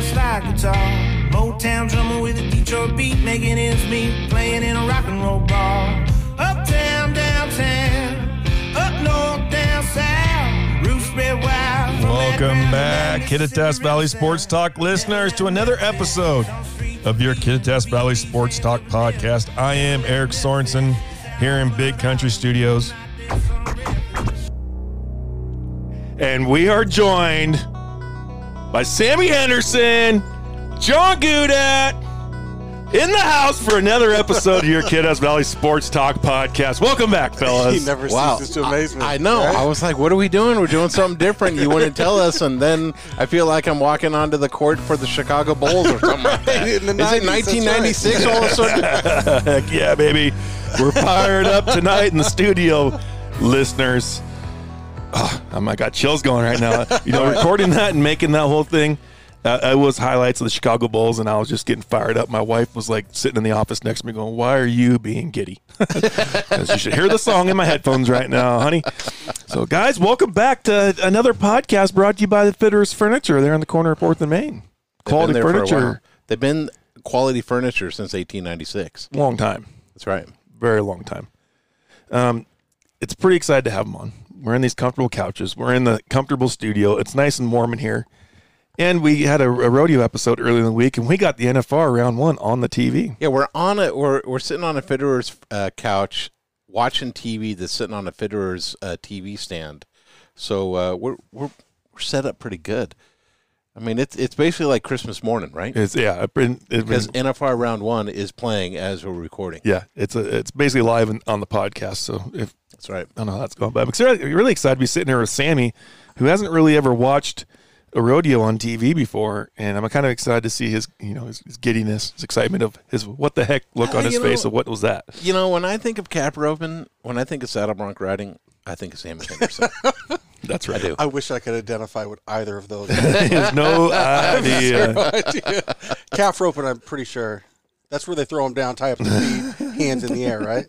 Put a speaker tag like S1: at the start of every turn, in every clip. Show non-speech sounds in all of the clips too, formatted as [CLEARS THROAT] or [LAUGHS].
S1: guitar. Motown drummer with a Detroit beat, making ends meet, playing in a rock and roll bar. Uptown, downtown, up north, down south. Roots spread wide. from
S2: Welcome
S1: Atlanta
S2: back,
S1: to
S2: Kittitas Valley Sports Talk listeners, to another episode of your Kittitas Valley Sports Talk podcast. I am Eric Sorensen here in Big Country Studios. And we are joined by Sammy Henderson, John Gudat, in the house for another episode of your Kittitas Valley Sports Talk podcast. Welcome back, fellas.
S3: He never
S4: Wow.
S3: ceases to amaze me.
S4: I know.
S3: right?
S4: I was like, what are we doing? We're doing something different. You wouldn't tell us. And then I feel like I'm walking onto the court for the Chicago Bulls or something like that.
S3: Right,
S4: Is
S3: [LAUGHS] in the
S4: it
S3: 90s, that's
S4: 1996 all of a sudden?
S2: Heck yeah, baby. We're fired up tonight in the studio, listeners. Oh, I'm- I got chills going right now. You know, recording that and making that whole thing. Uh, it was highlights of the Chicago Bulls, and I was just getting fired up. My wife was like sitting in the office next to me, going, "Why are you being giddy?" [LAUGHS] 'Cause you should hear the song in my headphones right now, honey. So, guys, welcome back to another podcast brought to you by the Fitters Furniture. They're on the corner of Fourth and Main. Quality
S4: They've been there for a while.
S2: furniture,
S4: They've been quality furniture since 1896.
S2: long time.
S4: That's right.
S2: very long time. Um, it's pretty excited to have them on. We're in these comfortable couches. We're in the comfortable studio. It's nice and warm in here. And we had a, a rodeo episode earlier in the week, and we got the NFR round one on the TV.
S4: Yeah, we're on it. We're, we're sitting on a Fitterer's uh, couch watching TV that's sitting on a Fitterer's uh, TV stand. So uh, we're, we're, we're set up pretty good. I mean, it's, it's basically like Christmas morning, right?
S2: It's yeah, it been, it been,
S4: Because NFR round one is playing as we're recording.
S2: yeah. It's a, it's basically live and on the podcast. So if
S4: That's right.
S2: I don't know how that's going, but I'm excited- really excited to be sitting here with Sammy, who hasn't really ever watched a rodeo on TV before, and I'm kind of excited to see his you know his, his giddiness, his excitement of his what the heck look
S4: Uh,
S2: on his
S4: you know-
S2: face of what was that.
S4: You know, when I think of cap roping, when I think of saddle bronc riding, I think of Sammy
S2: [LAUGHS]
S4: Henderson.
S2: That's right. [LAUGHS]
S3: I wish I could identify with either of those. [LAUGHS]
S2: There's
S4: [LAUGHS]
S2: no idea.
S3: Calf roping, I'm pretty sure. That's where they throw them down, tie up their
S4: [LAUGHS]
S3: feet, hands in the air, right?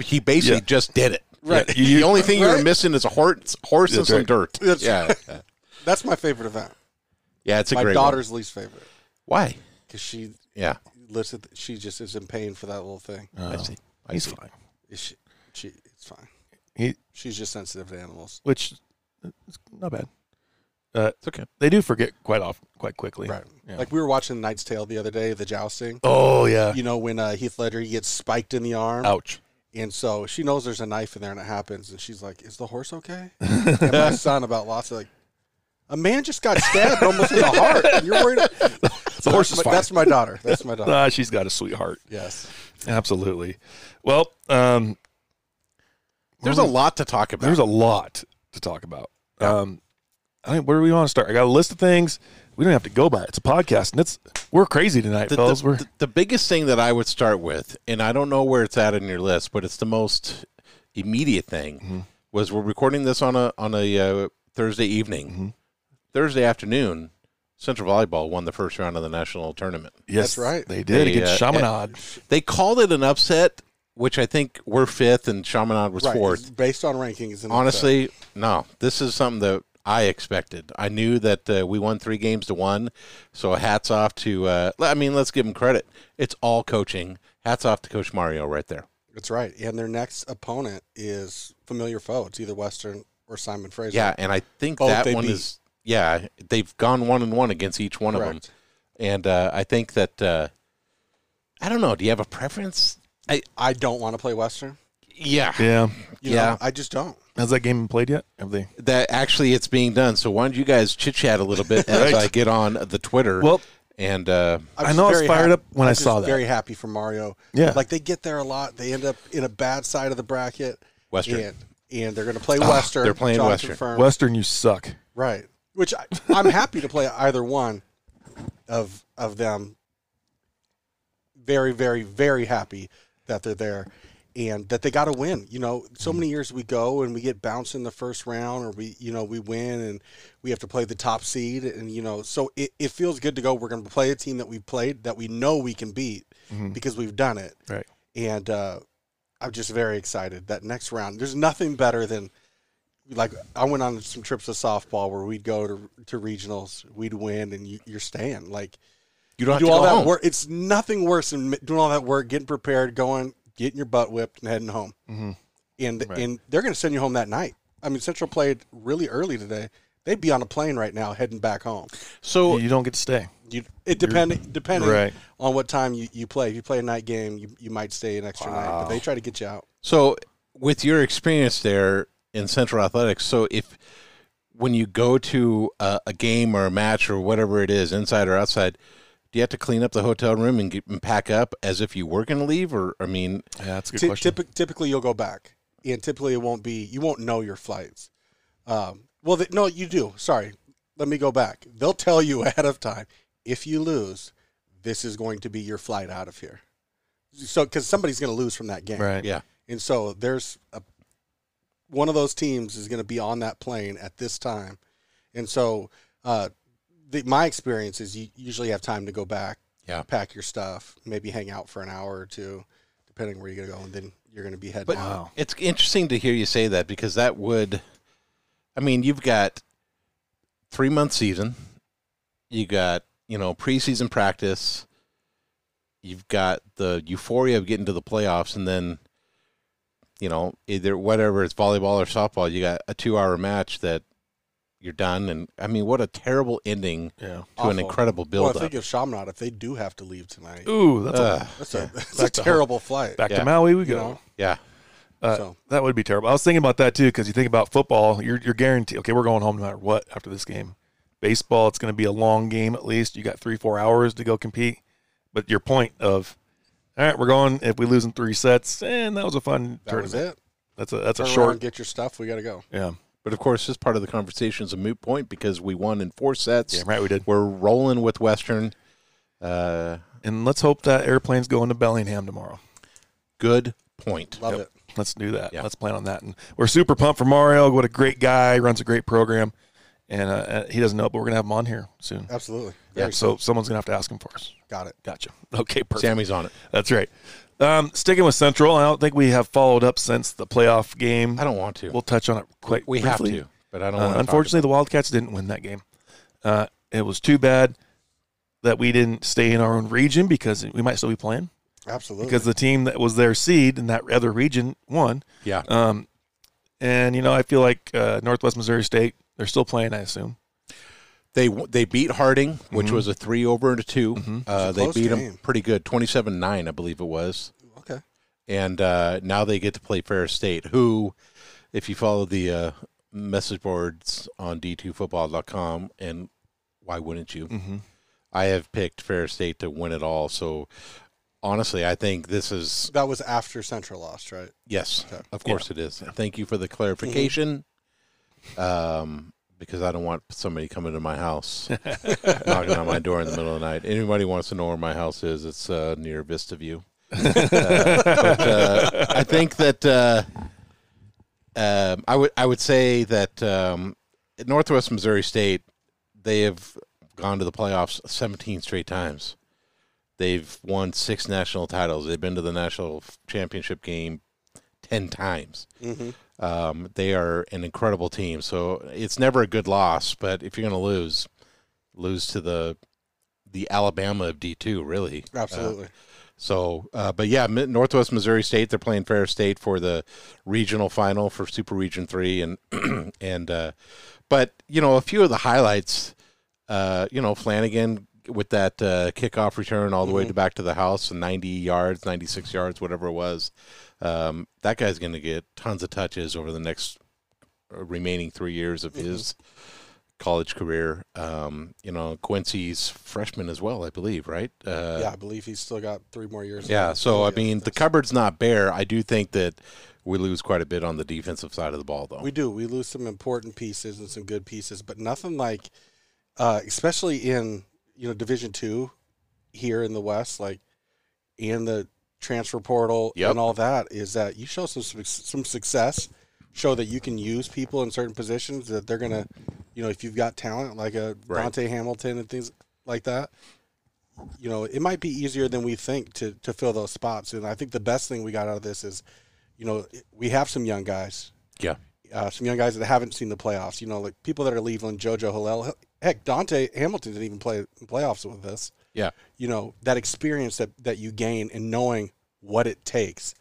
S4: he basically
S2: Yeah.
S4: just did it.
S2: Right.
S4: Yeah,
S2: You-
S4: the only thing you were
S3: Right?
S4: missing is a horse, horse and
S2: That's
S4: some
S2: right.
S4: dirt.
S3: That's-
S4: yeah, yeah.
S3: That's my favorite event.
S4: yeah, it's a
S3: my
S4: great
S3: daughter's least favorite
S4: One. Why?
S3: because she
S4: Yeah,
S3: lives at. She just is in pain for that little thing.
S4: I see. I
S2: Uh, He's
S4: see.
S2: fine.
S3: She, she, it's fine.
S2: He,
S3: She's just sensitive to animals.
S2: which, it's not bad. Uh,
S4: It's okay.
S2: they do forget quite often, quite quickly.
S3: Right.
S2: Yeah.
S3: Like we were watching Knight's Tale the other day, the jousting.
S2: oh yeah.
S3: You know when uh, Heath Ledger he gets spiked in the arm,
S4: Ouch.
S3: and so she knows there's a knife in there, and it happens, and she's like, "Is the horse
S4: [LAUGHS]
S3: okay?" and my son about lots of like, a man just got stabbed almost in the heart, and you're worried.
S4: [LAUGHS]
S2: the horse is
S3: that's my,
S2: fine.
S3: That's my daughter. That's my daughter.
S2: Ah, she's got a sweetheart.
S3: yes.
S2: Absolutely. Well, um,
S4: There's a
S2: Well,
S4: lot to talk about.
S2: there's a lot to talk about. Um, I think where do we want to start? I got a list of things. We don't have to go by. it. It's a podcast, and it's we're crazy tonight,
S4: the,
S2: fellas.
S4: the-
S2: we're
S4: the- the biggest thing that I would start with, and I don't know where it's at in your list, but it's the most immediate thing,
S2: Mm-hmm.
S4: was we're recording this on a on a uh, Thursday evening,
S2: Mm-hmm.
S4: Thursday afternoon. Central Volleyball won the first round of the national tournament.
S2: yes,
S3: that's right.
S2: They did
S4: They,
S2: against
S4: uh,
S2: Chaminade.
S4: They called it an upset, which I think we're fifth and Chaminade was
S3: Right.
S4: fourth.
S3: It's Based on rankings, and
S4: Honestly, no. This is something that I expected. I knew that uh, we won three games to one, so hats off to. Uh, le- I mean, let's give him credit. It's all coaching. Hats off to Coach Mario right there.
S3: that's right. And their next opponent is familiar foe. It's either Western or Simon Fraser.
S4: Yeah, and I think
S3: Both
S4: that
S3: Oh, they
S4: one
S3: beat.
S4: is. Yeah, they've gone one and one against each one of
S3: Correct.
S4: them, and uh, I think that. Uh, I don't know. Do you have a preference? I
S3: I don't want to play Western.
S4: yeah
S2: Yeah.
S3: You
S4: Yeah.
S3: know, I just don't.
S2: Has that game been played yet? Have they?
S4: that actually it's being done. So why don't you guys chit chat a
S3: [LAUGHS]
S4: little bit as
S2: Right.
S4: I get on the Twitter?
S2: Well,
S4: and uh,
S3: I'm
S2: I
S3: just
S2: know I was
S3: very
S2: fired up when
S3: I'm
S2: I
S3: just
S2: saw that.
S3: Very happy for Mario.
S2: Yeah.
S3: like they get there a lot. They end up in a bad side of the bracket.
S4: Western. Ah,
S3: and, and they're going to play Western.
S4: they're playing
S3: Jonathan
S4: Western.
S3: Fern.
S2: Western, you suck.
S3: right? Which I, I'm happy to play either one of of them. Very, very, very happy that they're there, and that they got to win. You know, so many years we go and we get bounced in the first round, or we, you know, we win and we have to play the top seed, and you know, so it, it feels good to go. We're going to play a team that we've played that we know we can beat
S2: Mhm.
S3: because we've done it.
S2: Right.
S3: And uh, I'm just very excited that next round. There's nothing better than like I went on some trips to softball where we'd go to to regionals, we'd win, and you, you're staying. Like
S4: You don't have
S3: do
S4: to
S3: all
S4: go
S3: that
S4: home.
S3: work. It's nothing worse than m- doing all that work, getting prepared, going, getting your butt whipped, and heading home.
S4: Mm-hmm.
S2: Mhm.
S3: And
S2: Right.
S3: and they're going to send you home that night. I mean, Central played really early today. They'd be on a plane right now, heading back home.
S4: So
S2: you don't get to stay.
S3: You, it depending depending
S2: Right.
S3: on what time you, you play. If you play a night game, you, you might stay an extra night, but they try to get you out.
S4: So, with your experience there in Central Athletics, so if when you go to a, a game or a match or whatever it is, inside or outside, do you have to clean up the hotel room and, get, and pack up as if you were going to leave? Or, I mean,
S2: Yeah, that's a good
S3: Ty-
S2: question.
S3: typi- typically, you'll go back, and typically it won't be. You won't know your flights. Um, well, th no, you do. Sorry, let me go back. They'll tell you [LAUGHS] ahead of time if you lose. This is going to be your flight out of here. So, because somebody's going to lose from that game,
S2: right.
S4: yeah.
S3: and so there's a one of those teams is going to be on that plane at this time, and so uh, the, my experience is you usually have time to go back,
S4: Yeah.
S3: pack your stuff, maybe hang out for an hour or two, depending where you're going to go, and then you're going to be heading
S4: But
S3: out.
S4: it's interesting to hear you say that because that would, I mean, you've got three month season, you got you know preseason practice, you've got the euphoria of getting to the playoffs, and then you know either whatever it's volleyball or softball, you got a two hour match that you're done, and I mean, what a terrible ending
S2: Yeah.
S4: to an
S3: Awful.
S4: incredible
S3: Well, I
S4: build up.
S3: think of Shamrock if they do have to leave tonight.
S2: Ooh, that's
S4: Ugh.
S2: a,
S3: That's a, that's
S2: Back
S3: a
S2: to-
S3: terrible flight.
S2: back
S4: Yeah.
S2: to Maui we go.
S3: know?
S4: yeah,
S2: Uh,
S3: So-
S2: That would be terrible. I was thinking about that too because you think about football, you're you're guaranteed. Okay, we're going home no matter what after this game. Baseball, it's going to be a long game at least. You got three four hours to go compete. But your point of, all right, we're going. If we lose in three sets, and that was a fun
S3: that
S2: tournament.
S3: was it.
S2: That's a that's
S3: Turn
S2: a
S3: around,
S2: short.
S3: get your stuff. We got to go.
S2: Yeah,
S4: but of course, this part of the conversation is a moot point because we won in four sets.
S2: yeah, right. We did.
S4: We're rolling with Western. Uh,
S2: And let's hope that airplane's going to Bellingham tomorrow.
S4: good point.
S3: Love
S2: Yep.
S3: it.
S2: Let's do that.
S4: Yeah.
S2: Let's plan on that. And we're super pumped for Mario. What a great guy. Runs a great program, and uh, uh, he doesn't know, it, but we're gonna have him on here soon.
S3: Absolutely.
S4: Yeah.
S3: Very
S2: So someone's gonna have to ask him for us.
S3: soon. got it.
S2: Gotcha. Okay, perfect.
S4: Sammy's on it.
S2: That's right. Um, sticking with Central, I don't think we have followed up since the playoff game.
S4: I don't want to.
S2: We'll touch on it quite.
S4: we
S2: briefly.
S4: have to, but I don't.
S2: Uh,
S4: want to
S2: unfortunately, the Wildcats didn't win that game. Uh, it was too bad that we didn't stay in our own region because we might still be playing
S4: Mm-hmm.
S3: Absolutely.
S2: because the team that was their seed in that other region won.
S4: yeah,
S2: Um, and you know, I feel like uh, Northwest Missouri State they're still playing. I assume.
S4: they they beat Harding, which was a three over and a 2 Uh,
S3: It's a
S4: they
S3: close
S4: beat them
S3: game.
S4: pretty good, twenty seven nine, I believe it was.
S3: okay.
S4: And uh, now they get to play Ferris State, who, if you follow the uh, message boards on d2football.com, and why wouldn't you?
S2: Mm-hmm.
S4: I have picked Ferris State to win it all. So honestly, I think this is
S3: That was after Central lost, right?
S4: Yes,
S3: Okay.
S4: of course it is. Thank you for the clarification. Um, because I don't want somebody coming to my house knocking on my door in the middle of the night. Anybody wants to know where my house is? It's uh, near Vista View. Uh, but, uh, [LAUGHS] I think that uh, um, I would I would say that um, at Northwest Missouri State they have gone to the playoffs 17 straight times. They've won six national titles. They've been to the national f- championship game 10 times.
S3: Mm-hmm.
S4: Um, they are an incredible team. So it's never a good loss, but if you're going to lose, lose to the the Alabama of D2, really. Uh,
S3: Absolutely.
S4: so, uh, but yeah, Mi- Northwest Missouri State. They're playing Ferris State for the regional final for Super Region Three, and [CLEARS THROAT] and uh, but you know a few of the highlights. Uh, you know Flanagan with that uh, kickoff return all the way to back to the house, and ninety yards, ninety six yards, whatever it was. Um, that guy's going to get tons of touches over the next uh, remaining three years of his college career. Um, you know Quincy's freshman as well, I believe, right? Uh,
S3: yeah, I believe he's still got three more years.
S4: yeah,
S3: left.
S4: so I
S3: Yeah,
S4: mean, the
S3: that's-
S4: cupboard's not bare. I do think that we lose quite a bit on the defensive side of the ball, though.
S3: we do. We lose some important pieces and some good pieces, but nothing like, uh, especially in you know Division Two, here in the West, like, and the transfer portal
S4: Yep.
S3: and all that is that you show some suc- some success, show that you can use people in certain positions that they're gonna, you know, if you've got talent like a
S4: Right.
S3: Dante Hamilton and things like that, you know, it might be easier than we think to to fill those spots. And I think the best thing we got out of this is, you know, we have some young guys.
S4: Yeah.
S3: uh, some young guys that haven't seen the playoffs. You know, like people that are leaving JoJo Hillel. Heck, Dante Hamilton didn't even play in the playoffs with us.
S4: Yeah.
S3: You know, that experience that, that you gain and knowing what it takes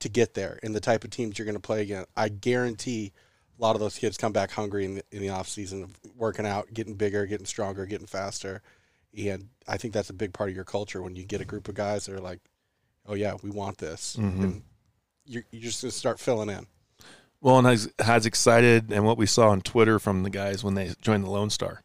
S3: to get there and the type of teams you're going to play against. I guarantee a lot of those kids come back hungry in the, in the offseason of working out, getting bigger, getting stronger, getting faster. And I think that's a big part of your culture when you get a group of guys that are like, oh, yeah, we want this. And you're, you're just going to start filling in.
S2: Well, and I was, I was excited, and what we saw on Twitter from the guys when they joined the Lone Star.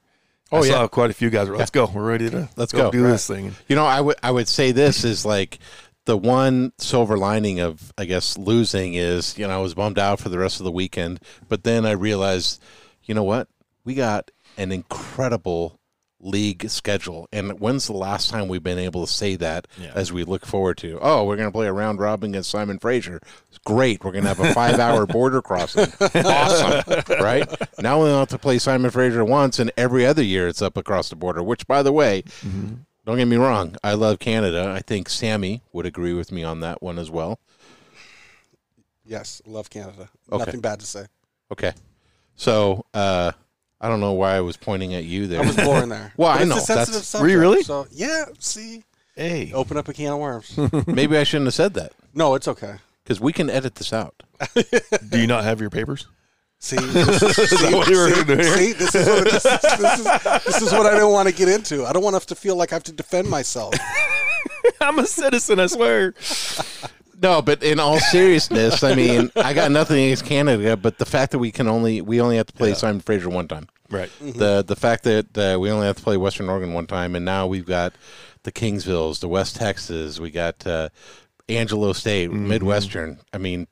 S2: I
S4: Oh, yeah.
S2: saw quite a few guys. were, Let's go. We're ready to
S4: Let's go."
S2: do
S4: Right.
S2: this thing.
S4: You know, I would I would say this is like the one silver lining of I guess losing is you know I was bummed out for the rest of the weekend, but then I realized, you know what, we got an incredible league schedule, and when's the last time we've been able to say that
S2: Yeah.
S4: as we look forward to? Oh, we're gonna play a round robin against Simon Fraser. It's great. We're gonna have a five hour border crossing. Awesome, right? Now we only have to play Simon Fraser once, and every other year it's up across the border. Which, by the way. Don't get me wrong. I love Canada. I think Sammy would agree with me on that one as well.
S3: Yes, love Canada.
S4: Okay.
S3: Nothing bad to say.
S4: Okay. So uh, I don't know why I was pointing at you there.
S3: I was
S4: [LAUGHS]
S3: born there.
S4: Well,
S3: But
S4: I
S3: it's
S4: know,
S3: A sensitive
S4: that's-
S3: subject,
S2: Were you really?
S3: So yeah. See,
S4: Oh,
S2: Hey,
S3: open up a can of worms.
S4: Maybe I shouldn't have said that
S3: no, it's okay.
S4: because we can edit this out.
S2: do you not have your papers? [LAUGHS]
S3: See, this is, see,
S2: what we were
S3: see-
S2: doing here?
S3: see, this is what this is, this is, this is what I don't want to get into. I don't want to have to feel like I have to defend myself.
S2: I'm a citizen. I swear.
S4: No, but in all seriousness, I mean, I got nothing against Canada, but the fact that we can only we only have to play Simon Fraser one time.
S2: Right.
S4: Mm-hmm. The the fact that uh, we only have to play Western Oregon one time, and now we've got the Kingsvilles, the West Texas, we got uh, Angelo State, Midwestern. I mean,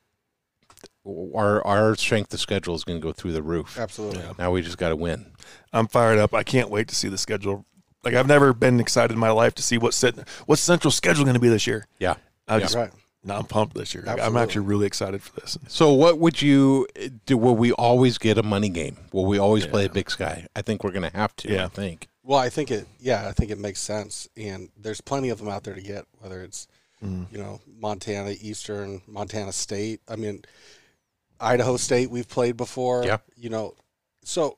S4: our our strength of schedule is going to go through the roof.
S3: Absolutely.
S4: Now we just got to win.
S2: I'm fired up. I can't wait to see the schedule. Like I've never been excited in my life to see what set, what's central schedule going to be this year.
S4: Yeah.
S2: I
S4: Yeah.
S2: just,
S3: Right.
S2: no, I'm pumped this year. Like, I'm
S3: Absolutely.
S2: actually really excited for this.
S4: So what would you do? Will we always get a money game? Will we always play a Big Sky? I think we're going to have to. I
S2: Yeah.
S4: think.
S3: Well, I think it. Yeah, I think it makes sense, and there's plenty of them out there to get. Whether it's you know Montana Eastern, Montana State. I mean, Idaho State we've played before.
S4: Yeah.
S3: You know, so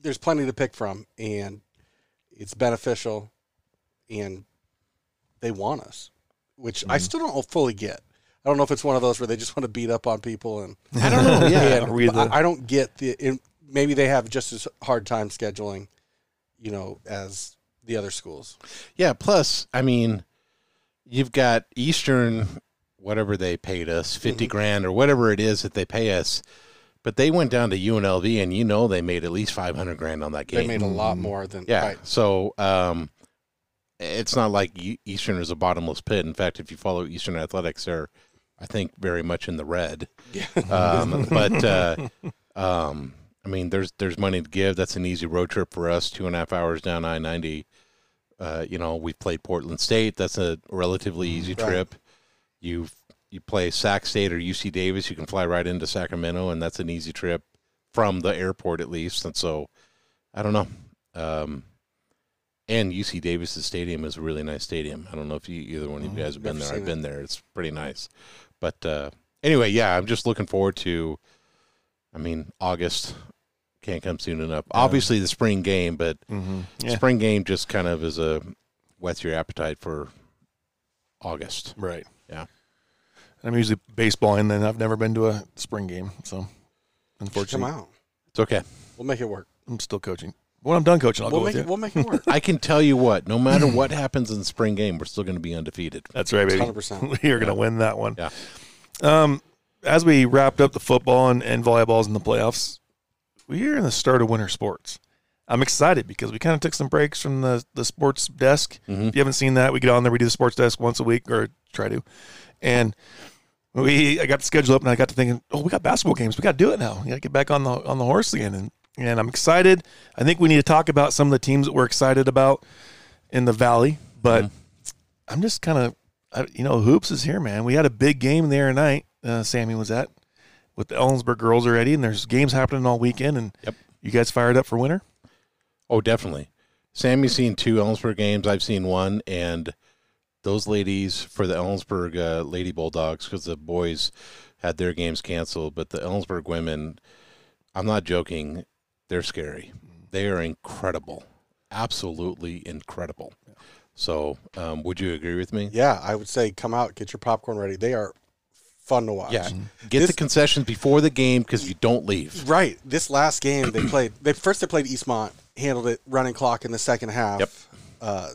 S3: there's plenty to pick from, and it's beneficial, and they want us, which
S4: Mm-hmm.
S3: I still don't fully get. I don't know if it's one of those where they just want to beat up on people and
S2: [LAUGHS] I don't know.
S3: yeah,
S2: read
S3: but
S2: the-
S3: I, I don't get the. It, maybe they have just as hard time scheduling, you know, as the other schools.
S4: Yeah. Plus, I mean, you've got Eastern, whatever they paid us, 50
S3: Mm-hmm.
S4: grand or whatever it is that they pay us. But they went down to UNLV, and you know they made at least 500 grand on that game. Mm-hmm.
S3: They made a lot more than
S4: yeah.
S3: right.
S4: So, um, it's not like E- Eastern is a bottomless pit. In fact, if you follow Eastern athletics, they're, I think, very much in the red.
S3: [LAUGHS]
S4: um, but uh, um, I mean, there's there's money to give. That's an easy road trip for us. Two and a half hours down I ninety. Uh, you know, we've played Portland State. That's a relatively easy
S3: Right.
S4: trip. You you play Sac State or UC Davis. You can fly right into Sacramento, and that's an easy trip from the airport at least. And so, I don't know. Um, and UC Davis's stadium is a really nice stadium. I don't know if you, either one of you guys have been
S3: Mm-hmm. never
S4: there.
S3: seen
S4: I've
S3: it.
S4: been there. It's pretty nice. But uh, anyway, yeah, I'm just looking forward to. I mean, August can't come soon enough. Obviously, the spring game, but
S2: Mhm. Yeah.
S4: spring game just kind of is a whets your appetite for August.
S2: Right.
S4: Yeah.
S2: I'm usually baseball, and then I've never been to a spring game, so
S3: Come
S2: unfortunately,
S3: out.
S4: It's okay.
S3: We'll make it work.
S2: I'm still coaching. When I'm done coaching, I'll
S3: we'll
S2: go
S3: make
S2: with you.
S3: it. We'll make it work.
S4: I can tell you what, no matter what happens in the spring game, we're still going to be undefeated.
S2: That's right, [LAUGHS] baby. [LAUGHS]
S3: 100%.
S2: We are going to win that one.
S4: Yeah.
S2: Um, as we wrapped up the football and, and volleyballs in the playoffs, we're in the start of winter sports. I'm excited because we kind of took some breaks from the, the sports desk.
S4: Mm-hmm.
S2: If you haven't seen that, we get on there, we do the sports desk once a week or try to. And we I got the schedule up and I got to thinking, oh, we got basketball games. We got to do it now. We got to get back on the on the horse again. And and I'm excited. I think we need to talk about some of the teams that we're excited about in the valley. But
S4: Mm-hmm.
S2: I'm just kind of, I- you know, hoops is here, man. We had a big game there night. Uh, Sammy was at with the Ellensburg girls already, and there's games happening all weekend. And
S4: Yep.
S2: you guys fired up for winter?
S4: Oh, definitely. Sammy's seen two Ellensburg games. I've seen one, and those ladies for the Ellensburg uh, Lady Bulldogs because the boys had their games canceled, but the Ellensburg women, I'm not joking, they're scary. They are incredible, absolutely incredible. So, um, would you agree with me?
S3: Yeah, I would say come out, get your popcorn ready. They are fun to watch.
S4: Yeah, get the concessions before the game because you don't leave.
S3: Right. This last game they [CLEARS THROAT] played. They first they played Eastmont, handled it running clock in the second half.
S4: Yep.
S3: Uh,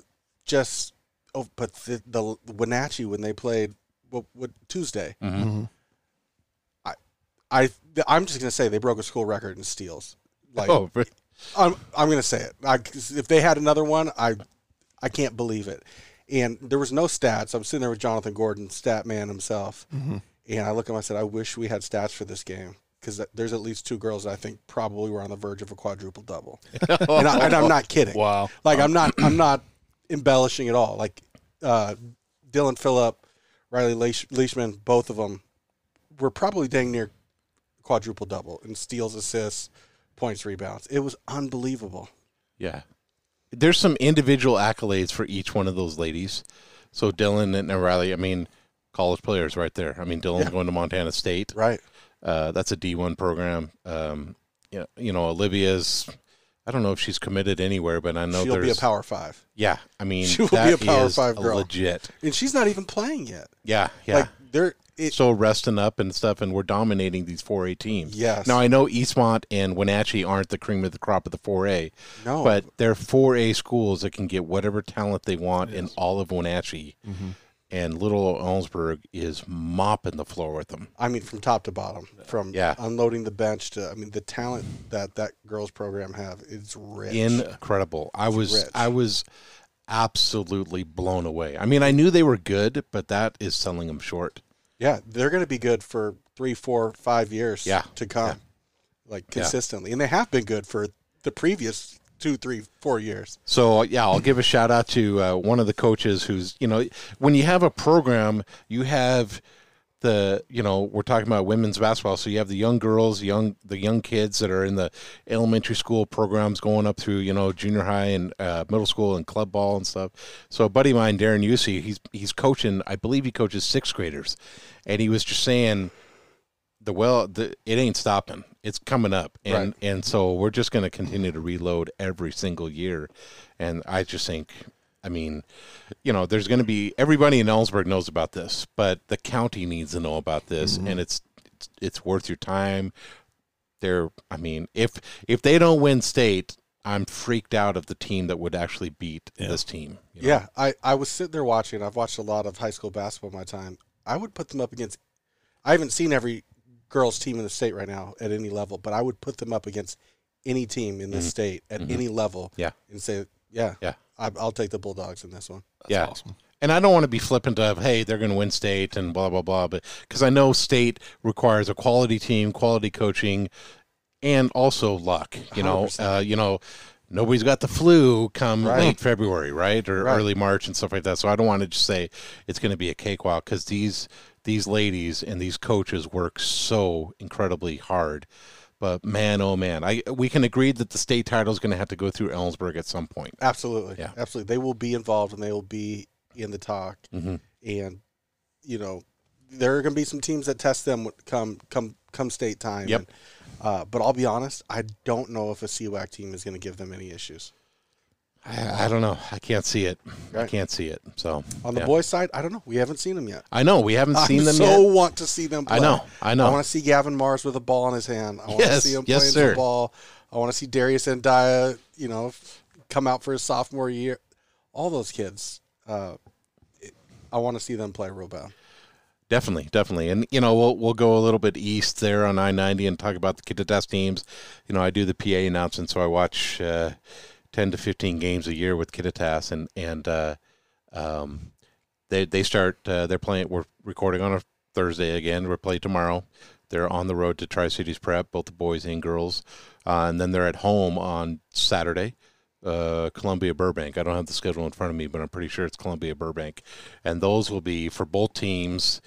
S3: just oh, but the, the Wenatchee when they played what, what Tuesday.
S2: Mm-hmm.
S3: I, I, I'm just gonna say they broke a school record in steals. Like
S4: Oh, [LAUGHS] but-
S3: I'm, I'm gonna say it. I, 'cause if they had another one, I, I can't believe it. And there was no stats. I'm sitting there with Jonathan Gordon, stat man himself, and I look at him. I said, I wish we had stats for this game because there's at least two girls that I think probably were on the verge of a quadruple double. and, I, and I'm not kidding.
S4: Wow.
S3: Like I'm not,
S4: Um,
S3: I'm not embellishing at all. Like uh, Dylan Phillip, Riley Leish- Leishman, both of them were probably dang near quadruple double in steals, assists, points, rebounds. It was unbelievable.
S4: Yeah. There's some individual accolades for each one of those ladies. So Dylan and Riley, I mean, college players right there. I mean, Dylan's going to Montana State.
S3: Right.
S4: Uh, that's a D1 program. Um, you, know, you know, Olivia's, I don't know if she's committed anywhere, but I know
S3: She'll
S4: there's.
S3: be a power five,
S4: yeah. I mean,
S3: She will be
S4: that
S3: a Power
S4: is
S3: Five girl.
S4: legit.
S3: and she's not even playing yet.
S4: Yeah. Yeah.
S3: Like they're it,
S4: so resting up and stuff, and we're dominating these 4A teams.
S3: Yes.
S4: Now I know Eastmont and Wenatchee aren't the cream of the crop of the 4A.
S3: No.
S4: But they're 4A schools that can get whatever talent they want in all of Wenatchee, and little Ellensburg is mopping the floor with them.
S3: I mean, from top to bottom, from
S4: Yeah.
S3: unloading the bench to I mean, the talent that that girls program have is rich.
S4: Incredible. I was
S3: rich.
S4: I was absolutely blown away. I mean, I knew they were good, but that is selling them short.
S3: yeah, they're going to be good for three, four, five years.
S4: Yeah.
S3: to come, like consistently, and they have been good for the previous two, three, four years.
S4: So yeah, I'll give a shout out to uh, one of the coaches who's you know when you have a program, you have the you know we're talking about women's basketball, so you have the young girls, young the young kids that are in the elementary school programs going up through you know junior high and uh, middle school and club ball and stuff. So a buddy of mine, Darren Yusey, he's he's coaching, I believe he coaches sixth graders, and he was just saying the well the, it ain't stopping it's coming up and and so we're just going to continue to reload every single year and i just think i mean you know there's going to be everybody in ellsberg knows about this but the county needs to know about this and it's, it's it's worth your time they're i mean if if they don't win state i'm freaked out of the team that would actually beat this team you know?
S3: Yeah, I, I was sitting there watching. I've watched a lot of high school basketball in my time. I would put them up against. I haven't seen every girls' team in the state right now at any level, but I would put them up against any team in this state at any level.
S4: Yeah.
S3: and say, yeah,
S4: Yeah.
S3: I, I'll take the Bulldogs in this one.
S4: yeah.
S2: awesome.
S4: And I don't want to be flippant of, hey, they're going to win state and blah, blah, blah. But because I know state requires a quality team, quality coaching, and also luck. You know, uh, you know, nobody's got the flu come
S3: Right.
S4: late February, right? Or
S3: Right.
S4: early March and stuff like that. So I don't want to just say it's going to be a cakewalk because these, these ladies and these coaches work so incredibly hard. But man, oh man, I we can agree that the state title is going to have to go through Ellensburg at some point.
S3: Absolutely.
S4: Yeah.
S3: Absolutely. They will be involved and they will be in the talk.
S4: Mm-hmm.
S3: And, you know, there are going to be some teams that test them with- come come come state time.
S4: Yep.
S3: And, uh, but I'll be honest, I don't know if a CWAC team is going to give them any issues.
S4: I, I don't know. I can't see it. I
S3: Right.
S4: can't see it. So
S3: On the
S4: yeah.
S3: boys' side, I don't know. We haven't seen them yet.
S4: I know we haven't seen
S3: I
S4: them
S3: so
S4: yet.
S3: want to see them. Play.
S4: I know, I know.
S3: I want to see Gavin Mars with a ball in his hand. I want to
S4: Yes,
S3: see him
S4: yes,
S3: playing
S4: sir.
S3: some ball. I want to see Darius Ndiaye, you know, f- come out for his sophomore year. All those kids, uh, it- I want to see them play real bad.
S4: Definitely, definitely. And you know, we'll we'll go a little bit east there on I ninety and talk about the Kittitas teams. You know, I do the PA announcement, so I watch uh, ten to fifteen games a year with Kittitas, and and uh, um, they they start uh, they're playing. We're recording on a Thursday again. We're playing tomorrow. They're on the road to Tri Cities Prep, both the boys and girls, uh, and then they're at home on Saturday. uh, Columbia Burbank. I don't have the schedule in front of me, but I'm pretty sure it's Columbia Burbank. And those will be for both teams.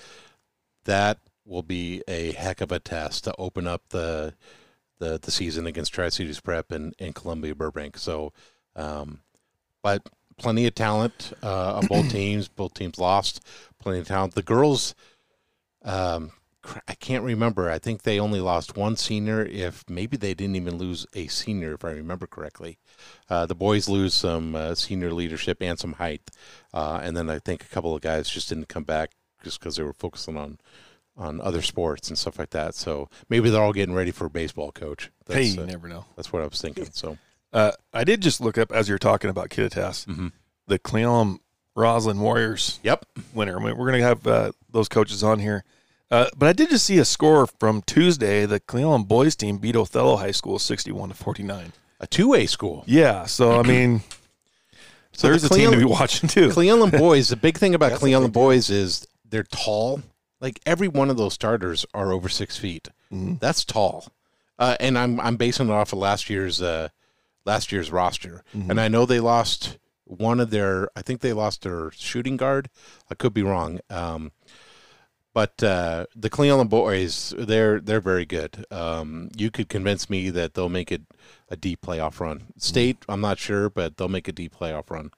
S4: That will be a heck of a test to open up the the, the season against Tri Cities Prep and, and Columbia Burbank. So, um, but plenty of talent uh,
S2: [CLEARS THROAT]
S4: on both teams. Both teams lost plenty of talent. The girls, um, cr- I can't remember. I think they only lost one senior. If maybe they didn't even lose a senior, if I remember correctly. Uh, the boys lose some uh, senior leadership and some height, uh, and then I think a couple of guys just didn't come back just because they were focusing on on other sports and stuff like that. So maybe they're all getting ready for baseball coach.
S2: Hey,
S4: That's,
S2: you
S4: uh,
S2: never know.
S4: that's what I
S2: [LAUGHS]
S4: was thinking. So
S2: Uh, I did just look up as you were talking about Kittitas,
S4: Mhm.
S2: the Clallam Roslyn Warriors
S4: yep,
S2: winner. I mean, we're going to have uh, those coaches on here. Uh, but I did just see a score from Tuesday. The Clallam boys team beat Othello High School 61 to 49.
S4: a two way school.
S2: Yeah.
S4: [CLEARS THROAT]
S2: So, I mean,
S4: So
S2: there's
S4: the
S2: a team to
S4: Cleon-
S2: be watching too. [LAUGHS]
S4: Cleveland boys. The big thing about Cleveland boys is they're tall. Like every one of those starters are over six feet. That's tall. Uh, and I'm I'm basing it off of last year's uh, last year's roster. And I know they lost one of their. I think they lost their shooting guard. I could be wrong. Um, but uh, the Cleveland boys, they're they're very good. Um, you could convince me that they'll make it a deep playoff run. State, I'm not sure, but they'll make a deep playoff run.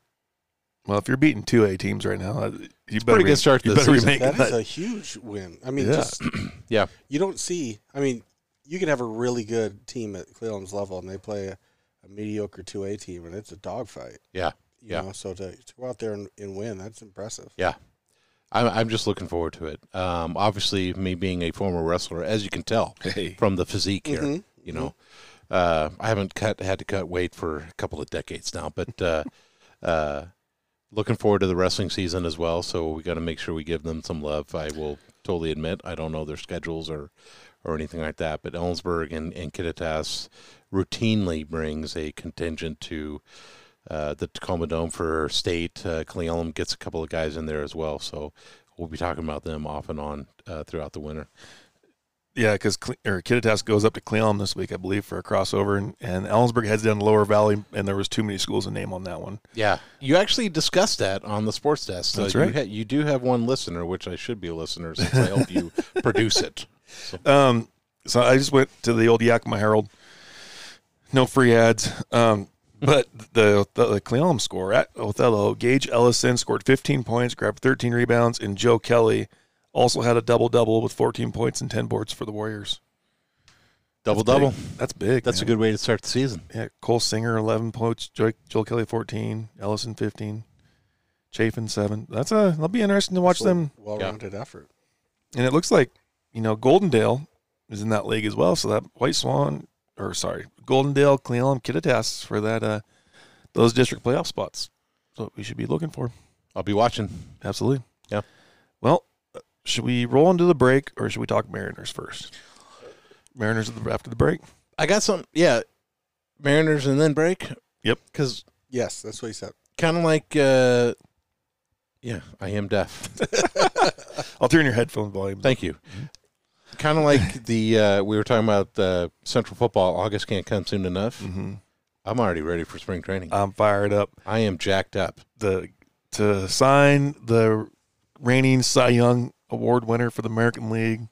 S2: Well, if you're beating two A teams right now, uh, you better
S4: pretty
S2: be,
S4: good start to
S2: you
S4: the
S2: better be
S4: season.
S2: making
S3: That is
S2: that.
S3: a huge win. I mean,
S2: Yeah.
S3: just
S4: Yeah.
S3: you don't see. I mean, you can have a really good team at Cleveland's level, and they play a, a mediocre two A team, and it's a dogfight.
S4: Yeah,
S3: you
S4: yeah.
S3: Know? So to, to go out there and, and win, that's impressive.
S4: Yeah. I'm, I'm just looking forward to it. Um, obviously, me being a former wrestler, as you can tell from the physique here,
S3: Mhm,
S4: you know, uh, I haven't cut had to cut weight for a couple of decades now, but uh, [LAUGHS] uh, looking forward to the wrestling season as well. So we got to make sure we give them some love. I will totally admit I don't know their schedules or or anything like that, but Ellensburg and, and Kittitas routinely brings a contingent to uh, the Tacoma Dome for state. Uh, Clealum gets a couple of guys in there as well, so we'll be talking about them off and on uh, throughout the winter.
S2: Yeah, because or Kittitas goes up to Cleon this week, I believe, for a crossover, and, and Ellensburg heads down to Lower Valley, and there was too many schools to name on that one.
S4: Yeah, you actually discussed that on the sports desk. So
S2: That's
S4: You,
S2: right.
S4: ha- you do have one listener, which I should be a listener since I help [LAUGHS] you produce it.
S2: Um, so I just went to the old Yakima Herald. No free ads. Um,
S4: Hmm.
S2: but the the, the Cleon score at Othello, Gage Ellison scored 15 points, grabbed 13 rebounds, and Joe Kelly also had a double double with 14 points and 10 boards for the Warriors.
S4: Double double.
S2: That's big.
S4: That's
S2: man.
S4: a good way to start the season.
S2: Yeah, Cole Singer eleven points, Joel, Joel Kelly fourteen, Ellison fifteen, Chafin seven. That's a that'll be interesting to watch
S3: So,
S2: them.
S3: Well-rounded effort.
S2: And it looks like you know Goldendale is in that league as well. So that White Swan or sorry Goldendale, Cleon, Kittitas for that uh those district playoff spots. So we should be looking for
S4: I'll be watching.
S2: absolutely.
S4: Yeah.
S2: Well, uh, should we roll into the break or should we talk Mariners first? Mariners at the- after the break.
S4: I got some. Yeah, Mariners and then break.
S2: Yep.
S4: Because
S3: Yes, that's what he said.
S4: kind of like, uh, yeah, I am deaf.
S2: I'll turn your headphone volume.
S4: Thank you. Kind
S2: [LAUGHS]
S4: of like the uh, we were talking about uh, Central Football. August can't come soon enough.
S2: hmm
S4: I'm already ready for spring training.
S2: I'm fired up.
S4: I am jacked up.
S2: the to sign the reigning Cy Young Award winner for the American League.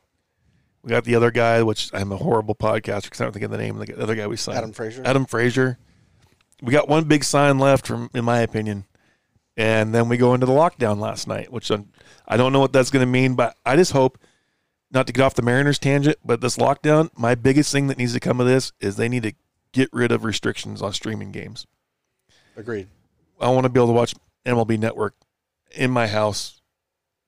S2: We got the other guy, which I'm a horrible podcaster because I don't think of the name. of The other guy we signed,
S3: Adam Frazier.
S2: Adam Frazier. We got one big sign left, from in my opinion, and then we go into the lockdown last night, which I'm, I don't know what that's going to mean, but I just hope not to get off the Mariners tangent. But this lockdown, my biggest thing that needs to come of this is they need to get rid of restrictions on streaming games.
S3: Agreed.
S2: I want to be able to watch MLB Network in my house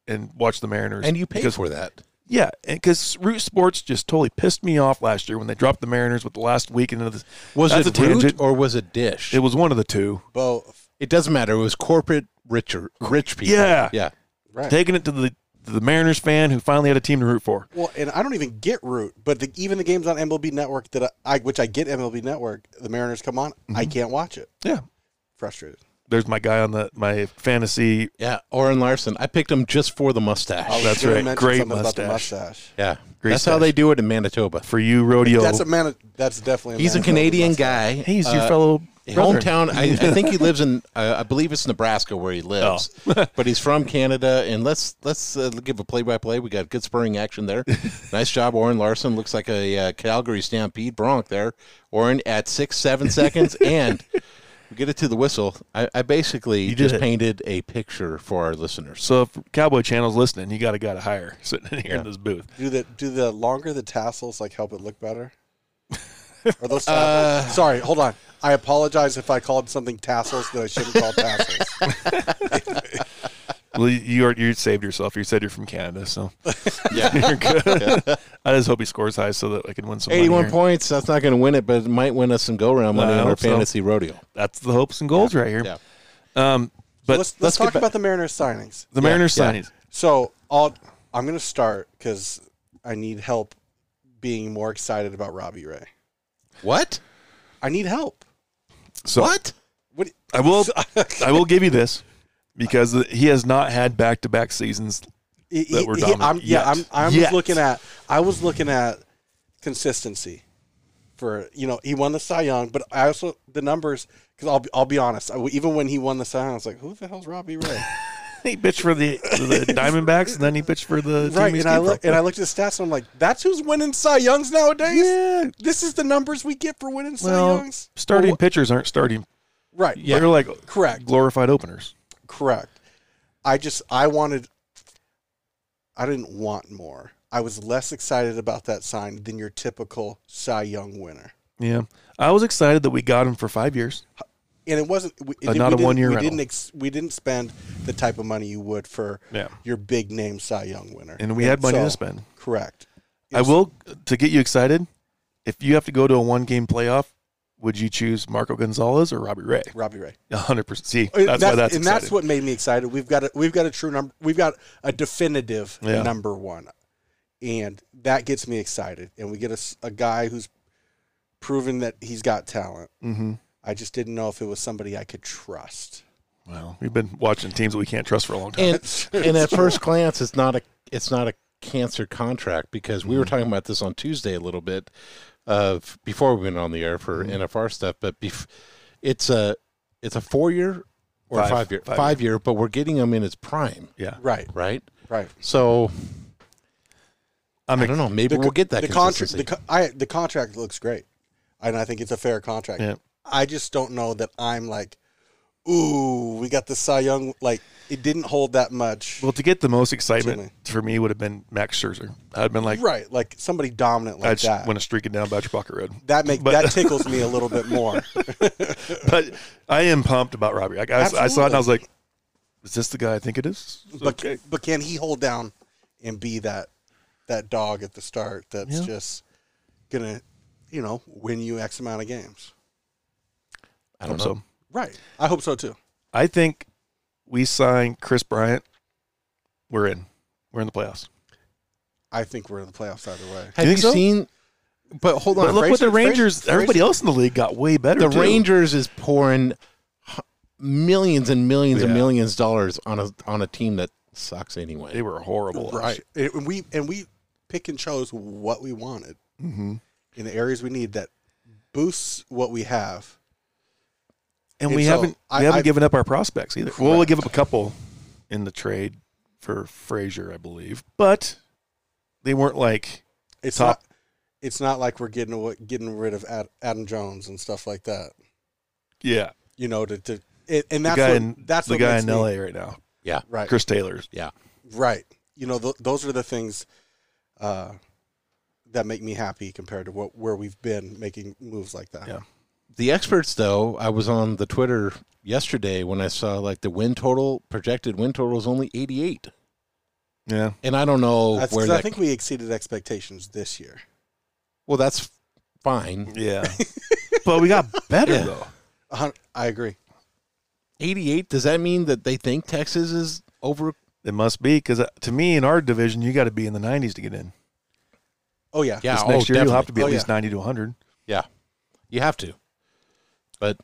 S2: and watch the Mariners.
S4: And you paid
S2: because,
S4: for that.
S2: yeah, because Root Sports just totally pissed me off last year when they dropped the Mariners with the last weekend of this.
S4: Was
S2: That's
S4: it
S2: a
S4: root
S2: tangent.
S4: or was it dish?
S2: It
S4: It,
S2: was one of the two
S3: Both.
S4: doesn't matter. It was corporate richer rich people.
S2: Yeah.
S4: yeah.
S3: Right.
S2: taking it to the to the Mariners fan who finally had a team to root for.
S3: Well, and I don't even get Root, but the, even the games on MLB Network that I, I, which I get MLB Network, the Mariners come on, I
S4: Mm-hmm.
S3: can't watch it.
S2: Yeah,
S3: Frustrated.
S2: there's my guy on the my fantasy.
S4: Yeah, Oren Larson. I picked him just for the mustache.
S3: I was
S2: Oh, That's
S3: gonna
S2: right.
S3: mention
S2: Great
S3: something about the
S2: mustache.
S3: mustache.
S4: yeah,
S2: Great
S4: that's how
S2: stash.
S4: they do it in Manitoba.
S2: For you, rodeo.
S3: That's a man. That's definitely.
S4: He's a
S3: Manitoba
S4: Canadian
S3: mustache.
S4: guy.
S2: hey, he's your
S4: Uh,
S2: fellow brethren.
S4: hometown. I, I think he lives in. Uh, I believe it's Nebraska where
S2: Oh. [LAUGHS]
S4: he lives, but he's from Canada. And let's let's uh, give a play by play. We got good spurring
S2: [LAUGHS]
S4: action there. nice job, Oren Larson. Looks
S2: [LAUGHS]
S4: like a uh, Calgary Stampede Bronc there. Oren at six seven seconds and. We get it to the whistle. I, I basically
S2: You did
S4: just
S2: it.
S4: painted a picture for our listeners.
S2: So if Cowboy Channel's listening, you got a guy to hire sitting in here in this booth.
S3: Do the do the longer the tassels like help it look better? Are
S4: [LAUGHS]
S3: those tassels?
S4: Uh,
S3: Sorry, hold on. I apologize if I called something tassels that I shouldn't
S4: [LAUGHS]
S3: call tassels.
S2: Well, you- you are, you saved yourself. You said you're from Canada,
S3: [LAUGHS]
S2: so [LAUGHS]
S4: Yeah.
S2: you're good. I just hope he scores high so that I can win some. money
S4: 81
S2: here.
S4: points. That's not going to win it, but it might win us some go round money
S2: I
S4: in our
S2: hope so.
S4: fantasy rodeo.
S2: That's the hopes and goals right here.
S4: Yeah.
S2: Um, but
S3: let's let's,
S4: let's get
S3: talk
S4: back-
S3: about the Mariners signings.
S2: the Mariners
S4: yeah.
S2: signings.
S3: So I'll I'm gonna start because I need help being more excited about Robbie Ray.
S4: What?
S3: I need help.
S2: So
S4: What?
S3: What
S2: I
S3: [LAUGHS]
S2: will I will give you this because he has not had back to back seasons. [LAUGHS]
S3: he-
S2: That we're
S3: he-
S2: dominant.
S3: I'm,
S2: Yet.
S3: yeah, I'm, I was
S2: Yet.
S3: looking at I was looking at consistency for you know he won the Cy Young, but I also the numbers because I'll be, I'll be honest, I, even when he won the Cy Young, I was like, who the hell's Robbie Ray?
S2: He pitched for the
S3: [LAUGHS]
S2: the Diamondbacks and then he pitched for the [LAUGHS]
S3: right,
S2: team he
S3: and I
S2: came
S3: look
S2: from.
S3: and I looked at the stats and I'm like, that's who's winning Cy Youngs nowadays.
S2: yeah.
S3: This is the numbers we get for winning Cy
S2: Well,
S3: Youngs.
S2: starting
S3: Well,
S2: pitchers aren't starting.
S3: right?
S2: They're like
S3: Correct.
S2: glorified openers.
S3: Correct. I just I wanted I didn't want more. I was less excited about that sign than your typical Cy Young winner.
S2: Yeah. I was excited that we got him for five years.
S3: And it wasn't we, it
S2: Uh,
S3: didn't-
S2: not
S3: we
S2: a
S3: didn't-
S2: one-year
S3: we
S2: rental.
S3: didn't ex, we didn't spend the type of money you would for
S2: Yeah.
S3: your big name Cy Young winner.
S2: And we had money
S3: so-
S2: to spend.
S3: Correct.
S2: I will to get you excited. If you have to go to a one game playoff, would you choose Marco Gonzalez or Robbie Ray?
S3: Robbie Ray.
S2: hundred percent. See,
S3: Uh,
S2: that's, why that's
S3: and
S2: exciting.
S3: that's what made me excited. We've got a we've got a true number. We've got a definitive
S2: Yeah.
S3: number one, and that gets me excited. And we get a, s- a guy who's proven that he's got talent.
S2: Mm-hmm.
S3: I just didn't know if it was somebody I could trust.
S2: Well, we've been watching teams that we can't trust for a long [LAUGHS] time.
S4: And, and at first glance, it's not a it's not a cancer contract because we were
S2: Mm-hmm.
S4: talking about this on Tuesday a little bit of before we went on the air
S2: Mm-hmm.
S4: for NFR stuff, but bef- it's a it's a four year or
S2: Five.
S4: five, year
S2: Five
S4: five, year, but we're getting him in his prime,
S2: yeah,
S3: Right,
S4: right?
S3: right.
S4: So
S2: I'm
S4: I don't know. Maybe we'll get that
S3: the contract. The, co- I, the contract looks great, and I think it's a fair contract.
S2: Yeah.
S3: I just don't know that I'm like, ooh, we got the Cy Young. Like it didn't hold that much.
S2: Well, to get the most excitement
S3: Certainly.
S2: for me would have been Max Scherzer. I'd been like,
S3: right, like somebody dominant like
S2: I'd
S3: that.
S2: went a streaking down Badger Pocket Road.
S3: That make
S2: But-
S3: that tickles me a little bit
S2: [LAUGHS]
S3: more.
S2: But I am pumped about Robbie. Like, I, I saw it and I
S3: Absolutely.
S2: was like, is this the guy I think it is?
S3: But but can he hold down and be that that dog at the start that's
S2: Yeah.
S3: just gonna, you know, win you X amount of games?
S4: I don't know.
S2: so
S3: Right. I hope so too.
S2: I think we sign Chris Bryant. We're in. We're in the playoffs.
S3: I think we're in the playoffs either way.
S4: Have
S2: You
S4: you,
S2: think so?
S4: seen?
S2: [CLEARS THROAT]
S4: But hold on.
S2: But look what
S4: Fraser-
S2: the Rangers.
S4: Fraser-
S2: everybody else in the league got way better.
S4: the
S2: too.
S4: Rangers is pouring h- millions and millions and
S2: Yeah.
S4: millions of dollars on a on a team that sucks anyway.
S2: They were horrible.
S3: Right. And we and we pick and chose what we wanted
S2: Mm-hmm.
S3: in the areas we need that boosts what we have.
S2: And
S3: And
S2: we
S3: so
S2: haven't
S3: I-
S2: we haven't
S3: I-
S2: given up our prospects either. Well, we'll
S3: Correct.
S2: give up a couple in the trade for Frazier, I believe, but they weren't like
S3: It's
S2: Top.
S3: not it's not like we're getting away, getting rid of Ad, Adam Jones and stuff like that.
S2: yeah
S3: You know, to, to and- and
S2: the
S3: that's
S2: guy
S3: what,
S2: in
S3: that's
S2: the
S3: what
S2: guy
S3: makes
S2: in
S3: me-
S2: L.A. right now,
S4: Yeah,
S3: Right.
S2: Chris Taylor's.
S4: yeah.
S3: Right. You know, th- those are the things uh, that make me happy compared to what where we've been making moves like that.
S2: Yeah.
S4: The experts, though, I was on the Twitter yesterday when I saw like the win total projected win total is only eighty eight,
S2: Yeah,
S4: and I don't know
S3: That's
S4: Oh, where
S3: 'cause I
S4: that.
S3: think we exceeded expectations this year.
S4: well, that's fine.
S3: [LAUGHS]
S2: yeah. but we got better
S4: Yeah.
S2: though.
S3: A hun- I agree.
S4: Eighty eight. Does that mean that they think Texas is over?
S2: It must be because to me in our division you got to be in the 90s to get in.
S3: Oh yeah.
S4: Yeah.
S2: This
S4: oh,
S2: next year you'll have to
S4: definitely.
S2: be at least
S3: Oh,
S2: 90 to 100.
S4: Yeah, you have to. But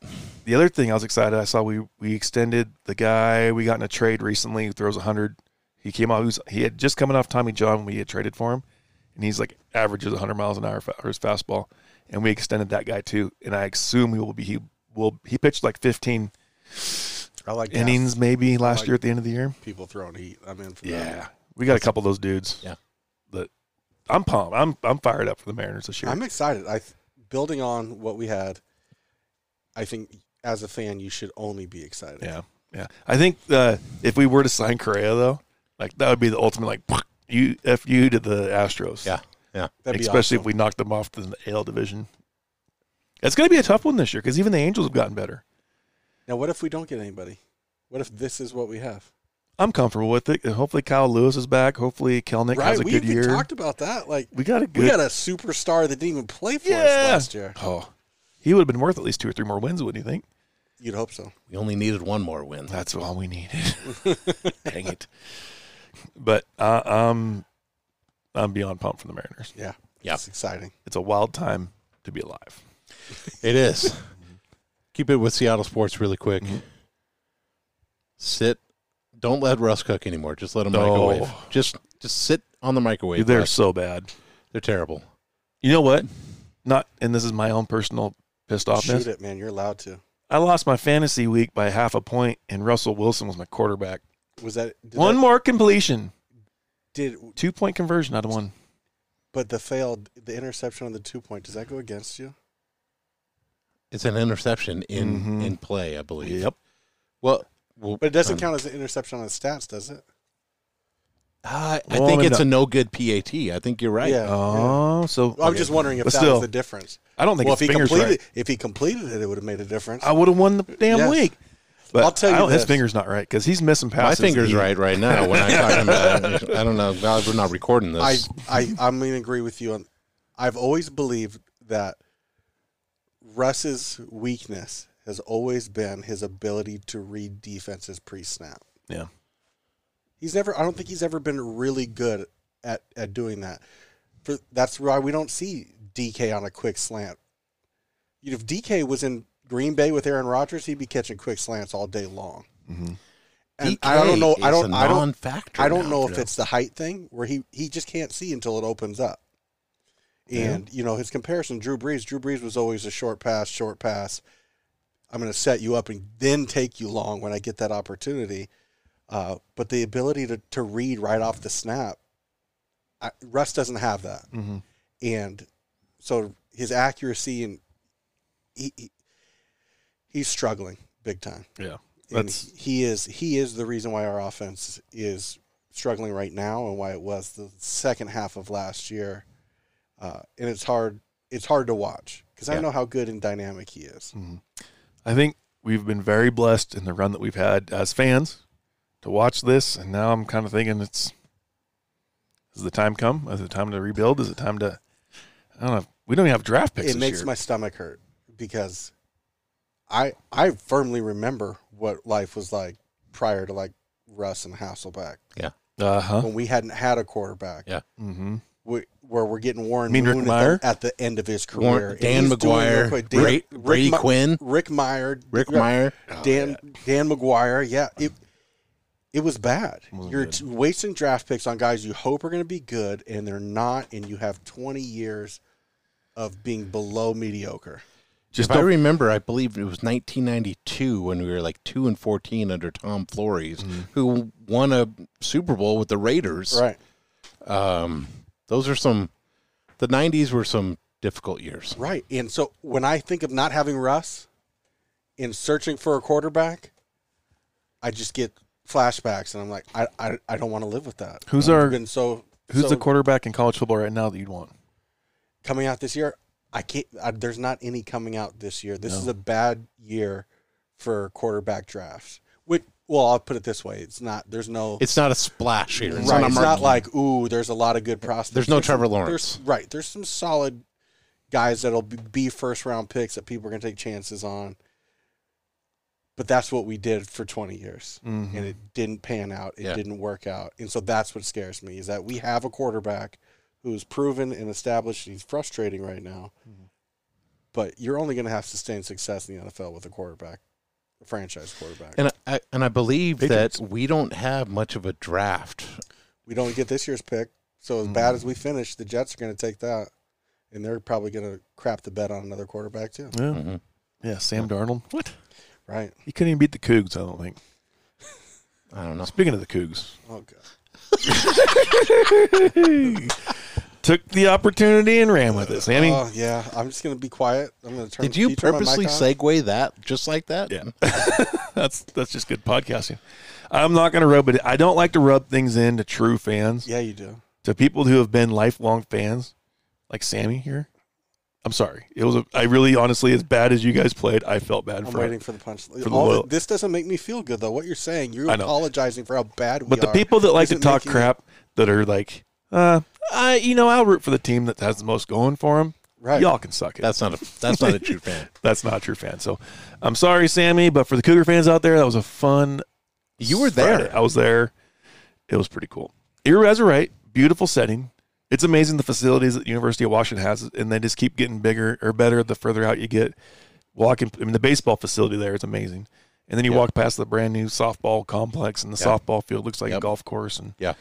S2: The other thing I was excited, I saw we we extended the guy we got in a trade recently who throws 100. He came out, he, was, he had just coming off Tommy John when we had traded for him, and he's like averages 100 miles an hour for his fastball, and we extended that guy too. And I assume he will be he will he pitched like 15
S3: I like gas.
S2: innings maybe last
S3: Like-
S2: year at the end of the year.
S3: people throwing heat. I'm in for that.
S2: we got a couple of those dudes.
S4: Yeah.
S2: that I'm pumped. I'm I'm fired up for the Mariners this year.
S3: I'm excited. I th- building on what we had. I think as a fan, you should only be excited.
S2: Yeah, yeah. I think uh, if we were to sign Correa though, like that would be the ultimate like you f you to the Astros.
S4: Yeah, yeah.
S3: That'd be
S2: especially if
S3: awesome.
S2: we knocked them off the AL division. It's going to be a tough one this year because even the Angels have gotten better.
S3: Now, what if we don't get anybody? What if this is what we have?
S2: I'm comfortable with it. And hopefully, Kyle Lewis is back. Hopefully, Kelnick has a
S3: we
S2: good
S3: even
S2: year.
S3: talked about that. Like
S2: we got a good.
S3: we got a superstar that didn't even play for us
S2: Yeah.
S3: last year.
S2: oh, he would have been worth at least two or three more wins, wouldn't you think?
S3: You'd hope so.
S4: We only needed one more win. [LAUGHS]
S2: That's all we needed. [LAUGHS] Dang it! But uh, um, I'm beyond pumped for the Mariners.
S3: Yeah.
S4: Yeah.
S3: It's exciting.
S2: It's a wild time to be alive.
S4: It is. Keep it with Seattle sports really quick.
S2: Mm-hmm.
S4: Sit. Don't let Russ cook anymore. Just let him
S2: No.
S4: microwave. Just just sit on the microwave.
S2: They're
S4: Russ.
S2: so bad.
S4: They're terrible.
S2: You know what? Not, and this is my own personal pissed
S3: Shoot
S2: offness.
S3: it, man. You're allowed to.
S2: I lost my fantasy week by half a point, and Russell Wilson was my quarterback.
S3: Was that did
S2: one
S3: that-
S2: more completion,
S3: did
S2: two point conversion out of one.
S3: but the failed the interception on the two point, does that go against you?
S4: It's an interception in
S2: Mhm.
S4: in play, I believe. Well, well
S3: Mm-hmm. But it doesn't
S4: um,
S3: count as an interception on the stats, does it?
S4: Uh, I
S2: Well,
S4: think
S2: maybe
S4: it's a
S2: not.
S4: no good PAT. I think you're right.
S3: Yeah.
S2: Oh, so
S3: Well, I'm
S2: okay.
S3: just wondering if
S2: But
S3: that
S2: still,
S3: was the difference.
S2: I don't think
S3: Well, if
S2: his
S3: he
S2: fingers
S3: completed
S2: right.
S3: if he completed it, it would have made a difference.
S2: I would have won the damn
S3: Yes.
S2: week. But
S3: I'll tell you
S2: I don't- his
S3: this.
S2: fingers not right because he's missing
S4: My
S2: passes.
S4: finger's
S2: He-
S4: right right now when I'm talking about I don't know. well, We're not recording this.
S3: I, I I'm gonna agree with you on. I've always believed that Russ's weakness has always been his ability to read defenses pre-snap.
S2: Yeah.
S3: He's never. I don't think he's ever been really good at at doing that. For that's why we don't see DK on a quick slant. You know, if DK was in Green Bay with Aaron Rodgers, he'd be catching quick slants all day long.
S2: Mhm.
S3: And I don't know. I don't. I don't.
S4: factor
S3: I don't know if it's the height thing where he he just can't see until it opens up. And you know his comparison, Drew Brees. Drew Brees was always a short pass, short pass. I'm going to set you up and then take you long when I get that opportunity. Uh, but the ability to to read right off the snap, I, Russ doesn't have that,
S2: Mhm.
S3: and so his accuracy and he, he he's struggling big time.
S2: Yeah.
S3: And
S2: That's-
S3: he is he is the reason why our offense is struggling right now and why it was the second half of last year. Uh, and it's hard it's hard to watch because I
S4: Yeah.
S3: know how good and dynamic he is.
S2: I think we've been very blessed in the run that we've had as fans to watch this, and now I'm kind of thinking it's is the time come? Is it time to rebuild? Is it time to? I don't know. We don't even have draft picks.
S3: It
S2: this
S3: makes
S2: year.
S3: my stomach hurt because I I firmly remember what life was like prior to like Russ and Hasselback
S2: uh huh.
S3: when we hadn't had a quarterback.
S4: Yeah.
S2: Mm-hmm.
S3: We, where we're getting Warren
S2: Mean Rick
S3: Moon
S2: Meyer?
S3: at, the, at the end of his career.
S4: Warren,
S3: And
S4: Dan
S3: he's doing real
S4: McGuire,
S3: quick. Dan-
S4: Ray, Brady
S3: Mi-
S4: Quinn,
S3: Rick Meyer,
S4: Rick
S3: yeah,
S4: Meyer.
S2: Oh,
S3: Dan Dan McGuire. Yeah, it it was bad.
S2: Wasn't
S3: You're
S2: good.
S3: t- wasting draft picks on guys you hope are going to be good, and they're not, and you have 20 years of being below mediocre.
S2: Just
S4: if I
S2: don't,
S4: remember, I believe it was 1992 when we were like two and 14 under Tom Flores, who won a Super Bowl with the Raiders.
S3: Mm-hmm. Right,
S4: Um, those are some. The 90s were some difficult years.
S3: right. And so when I think of not having Russ and searching for a quarterback, I just get flashbacks, and I'm like, I I, I don't want to live with that.
S2: Who's
S3: I've
S2: our-
S3: been so
S2: who's
S3: so
S2: the quarterback in college football right now that you'd want?
S3: coming out this year. I can't. I, there's not any coming out this year. This is a bad year for quarterback drafts. Which, well, I'll put it this way: it's not. There's no.
S4: It's not a splash here.
S3: right.
S4: It's not a
S3: it's
S4: marquee.
S3: not like ooh. There's a lot of good prospects.
S4: There's no Trevor
S3: some-
S4: Lawrence.
S3: There's, right. There's some solid guys that'll be- be first round picks that people are going to take chances on. But that's what we did for 20 years,
S2: Mhm.
S3: and it didn't pan out. It
S4: Mm-hmm. Yeah.
S3: didn't work out, and so that's what scares me: is that we have a quarterback who is proven and established. And he's frustrating right now,
S4: Mm-hmm.
S3: but you're only going to have sustained success in the NFL with a quarterback, a franchise quarterback.
S4: and I, and I believe
S2: Patriots.
S4: that we don't have much of a draft.
S3: we don't get this year's pick. So as bad as we finish, the Jets are going to take that, and they're probably going to crap the bet on another quarterback too.
S2: Yeah, Mm-hmm.
S4: Mhm.
S2: yeah. Sam Darnold. What?
S3: Right?
S2: He couldn't even beat the Cougs. I don't think.
S4: I don't know.
S2: Speaking of the Cougs,
S3: Oh god.
S2: took the opportunity and ran with it. Sammy,
S3: oh yeah, I'm just gonna be quiet. I'm gonna turn.
S4: Did you
S3: turn my mic
S4: purposely
S3: on?
S4: segue that just like that?
S2: Yeah. [LAUGHS] that's that's just good podcasting. I'm not going to rub it. I don't like to rub things in to true fans,
S3: Yeah, you do.
S2: to people who have been lifelong fans, like Sammy here. I'm sorry. It was a, I really honestly as bad as you guys played, I felt bad
S3: I'm
S2: for
S3: waiting
S2: it.
S3: for the punch.
S2: the
S3: All
S2: loyal-
S3: the, this doesn't make me feel good though. What you're saying, you're
S2: I know.
S3: apologizing for how bad we
S2: But the
S3: are.
S2: people that like to
S3: Isn't
S2: talk
S3: making-
S2: crap that are like, uh, I you know, I'll root for the team that has the most going for them.
S3: Right.
S2: Y'all can suck it.
S4: That's not a that's not a true [LAUGHS] fan.
S2: That's not true, fan. So I'm sorry, Sammy, but for the Cougar fans out there, that was a fun.
S4: You were there.
S2: Friday. I was there. It was pretty cool. You guys are right. Beautiful setting. It's amazing the facilities that the University of Washington has, and they just keep getting bigger or better the further out you get. Walking, I mean, the baseball facility there is amazing. And then you walk past the brand new softball complex, and the
S4: Yeah.
S2: softball field looks like a
S4: Yep.
S2: golf course. And
S4: Yeah.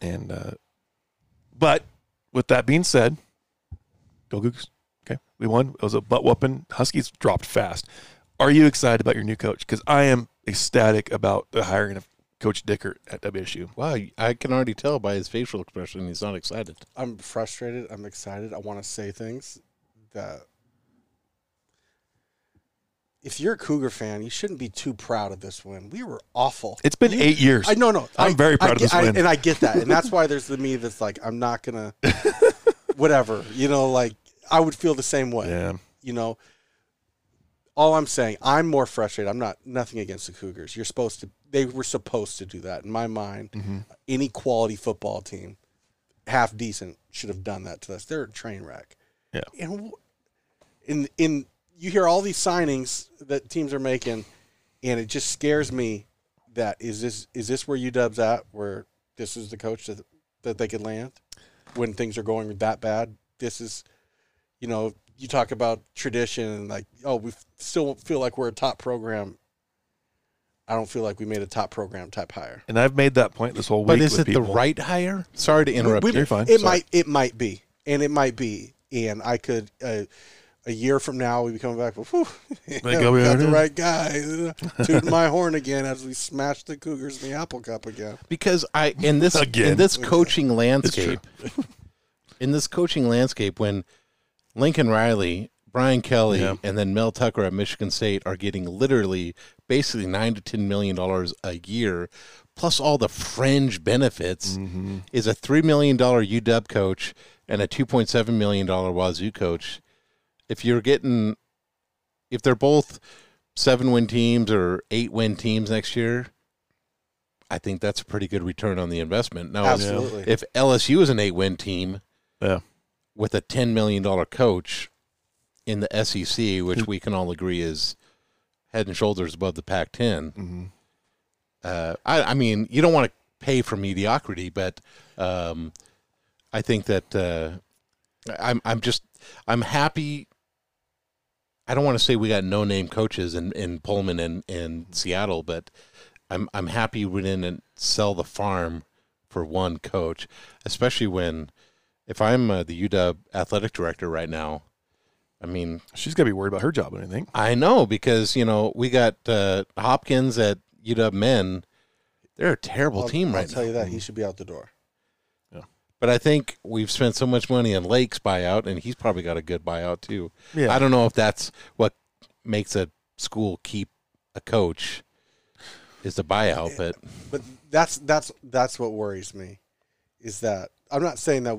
S2: and uh, but with that being said, go Googs. Okay, we won. It was a butt whooping. Huskies dropped fast. Are you excited about your new coach? Because I am ecstatic about the hiring of Coach Dicker at WSU.
S4: Wow, I can already tell by his facial expression he's not excited.
S3: I'm frustrated. I'm excited. I want to say things that. If you're a Cougar fan, you shouldn't be too proud of this win. We were awful.
S2: It's been
S3: You-
S2: eight years.
S3: I no no.
S2: I'm
S3: I-
S2: very
S3: I
S2: proud of
S3: get-
S2: this
S3: I-
S2: win.
S3: and I get that, and that's why there's the me that's like, I'm not gonna, whatever. You know, like I would feel the same way.
S2: Yeah,
S3: You know, all I'm saying, I'm more frustrated. I'm not nothing against the Cougars. You're supposed to. They were supposed to do that. In my mind,
S2: Mm-hmm.
S3: any quality football team, half decent, should have done that to us. They're a train wreck.
S2: Yeah.
S3: And wh- in in you hear all these signings that teams are making, and it just scares me that is this is this where UW's at? Where this is the coach that that they could land when things are going that bad? This is, you know, you talk about tradition and like, oh, we still feel like we're a top program. I don't feel like we made a top program type hire.
S2: and I've made that point this whole week.
S4: But is
S2: with
S4: it the
S2: people.
S4: right hire? Sorry to interrupt
S3: We-
S4: you.
S2: You're fine.
S3: It
S2: Sorry.
S3: might it might be, and it might be, and I could uh, a year from now we be coming back. Whew, [LAUGHS]
S2: Like, are we
S3: got
S2: already-
S3: the right guy. [LAUGHS] Tooting my horn again as we smash the Cougars in the Apple Cup again.
S4: because I in this
S2: Again.
S4: in this coaching landscape, [LAUGHS] in this coaching landscape, when Lincoln Riley, Brian Kelly,
S2: Yeah.
S4: and then Mel Tucker at Michigan State are getting literally basically nine to ten million dollars a year, plus all the fringe benefits,
S2: Mm-hmm.
S4: is a three million dollar UW coach and a two point seven million dollar Wazoo coach. If you're getting, if they're both seven win teams or eight win teams next year, I think that's a pretty good return on the investment. Now,
S3: Absolutely.
S4: if LSU is an eight win team
S2: Yeah.
S4: with a $10 million coach in the SEC, which we can all agree is head and shoulders above the Pac 10, uh, I, I mean, you don't want to pay for mediocrity, but um, I think that uh, I'm, I'm just, I'm happy. I don't want to say we got no name coaches in, in Pullman and, and Seattle, but I'm I'm happy we didn't sell the farm for one coach, especially when if I'm uh, the UW athletic director right now. I mean,
S2: She's got to be worried about her job and anything.
S4: I know because you know we got uh, Hopkins at UW men. They're a terrible
S3: I'll,
S4: team
S3: I'll
S4: right now.
S3: tell you that he should be out the door.
S4: But I think we've spent so much money on Lake's buyout, and he's probably got a good buyout too.
S2: Yeah.
S4: I don't know if that's what makes a school keep a coach is the buyout, but
S3: but that's that's that's what worries me is that I'm not saying that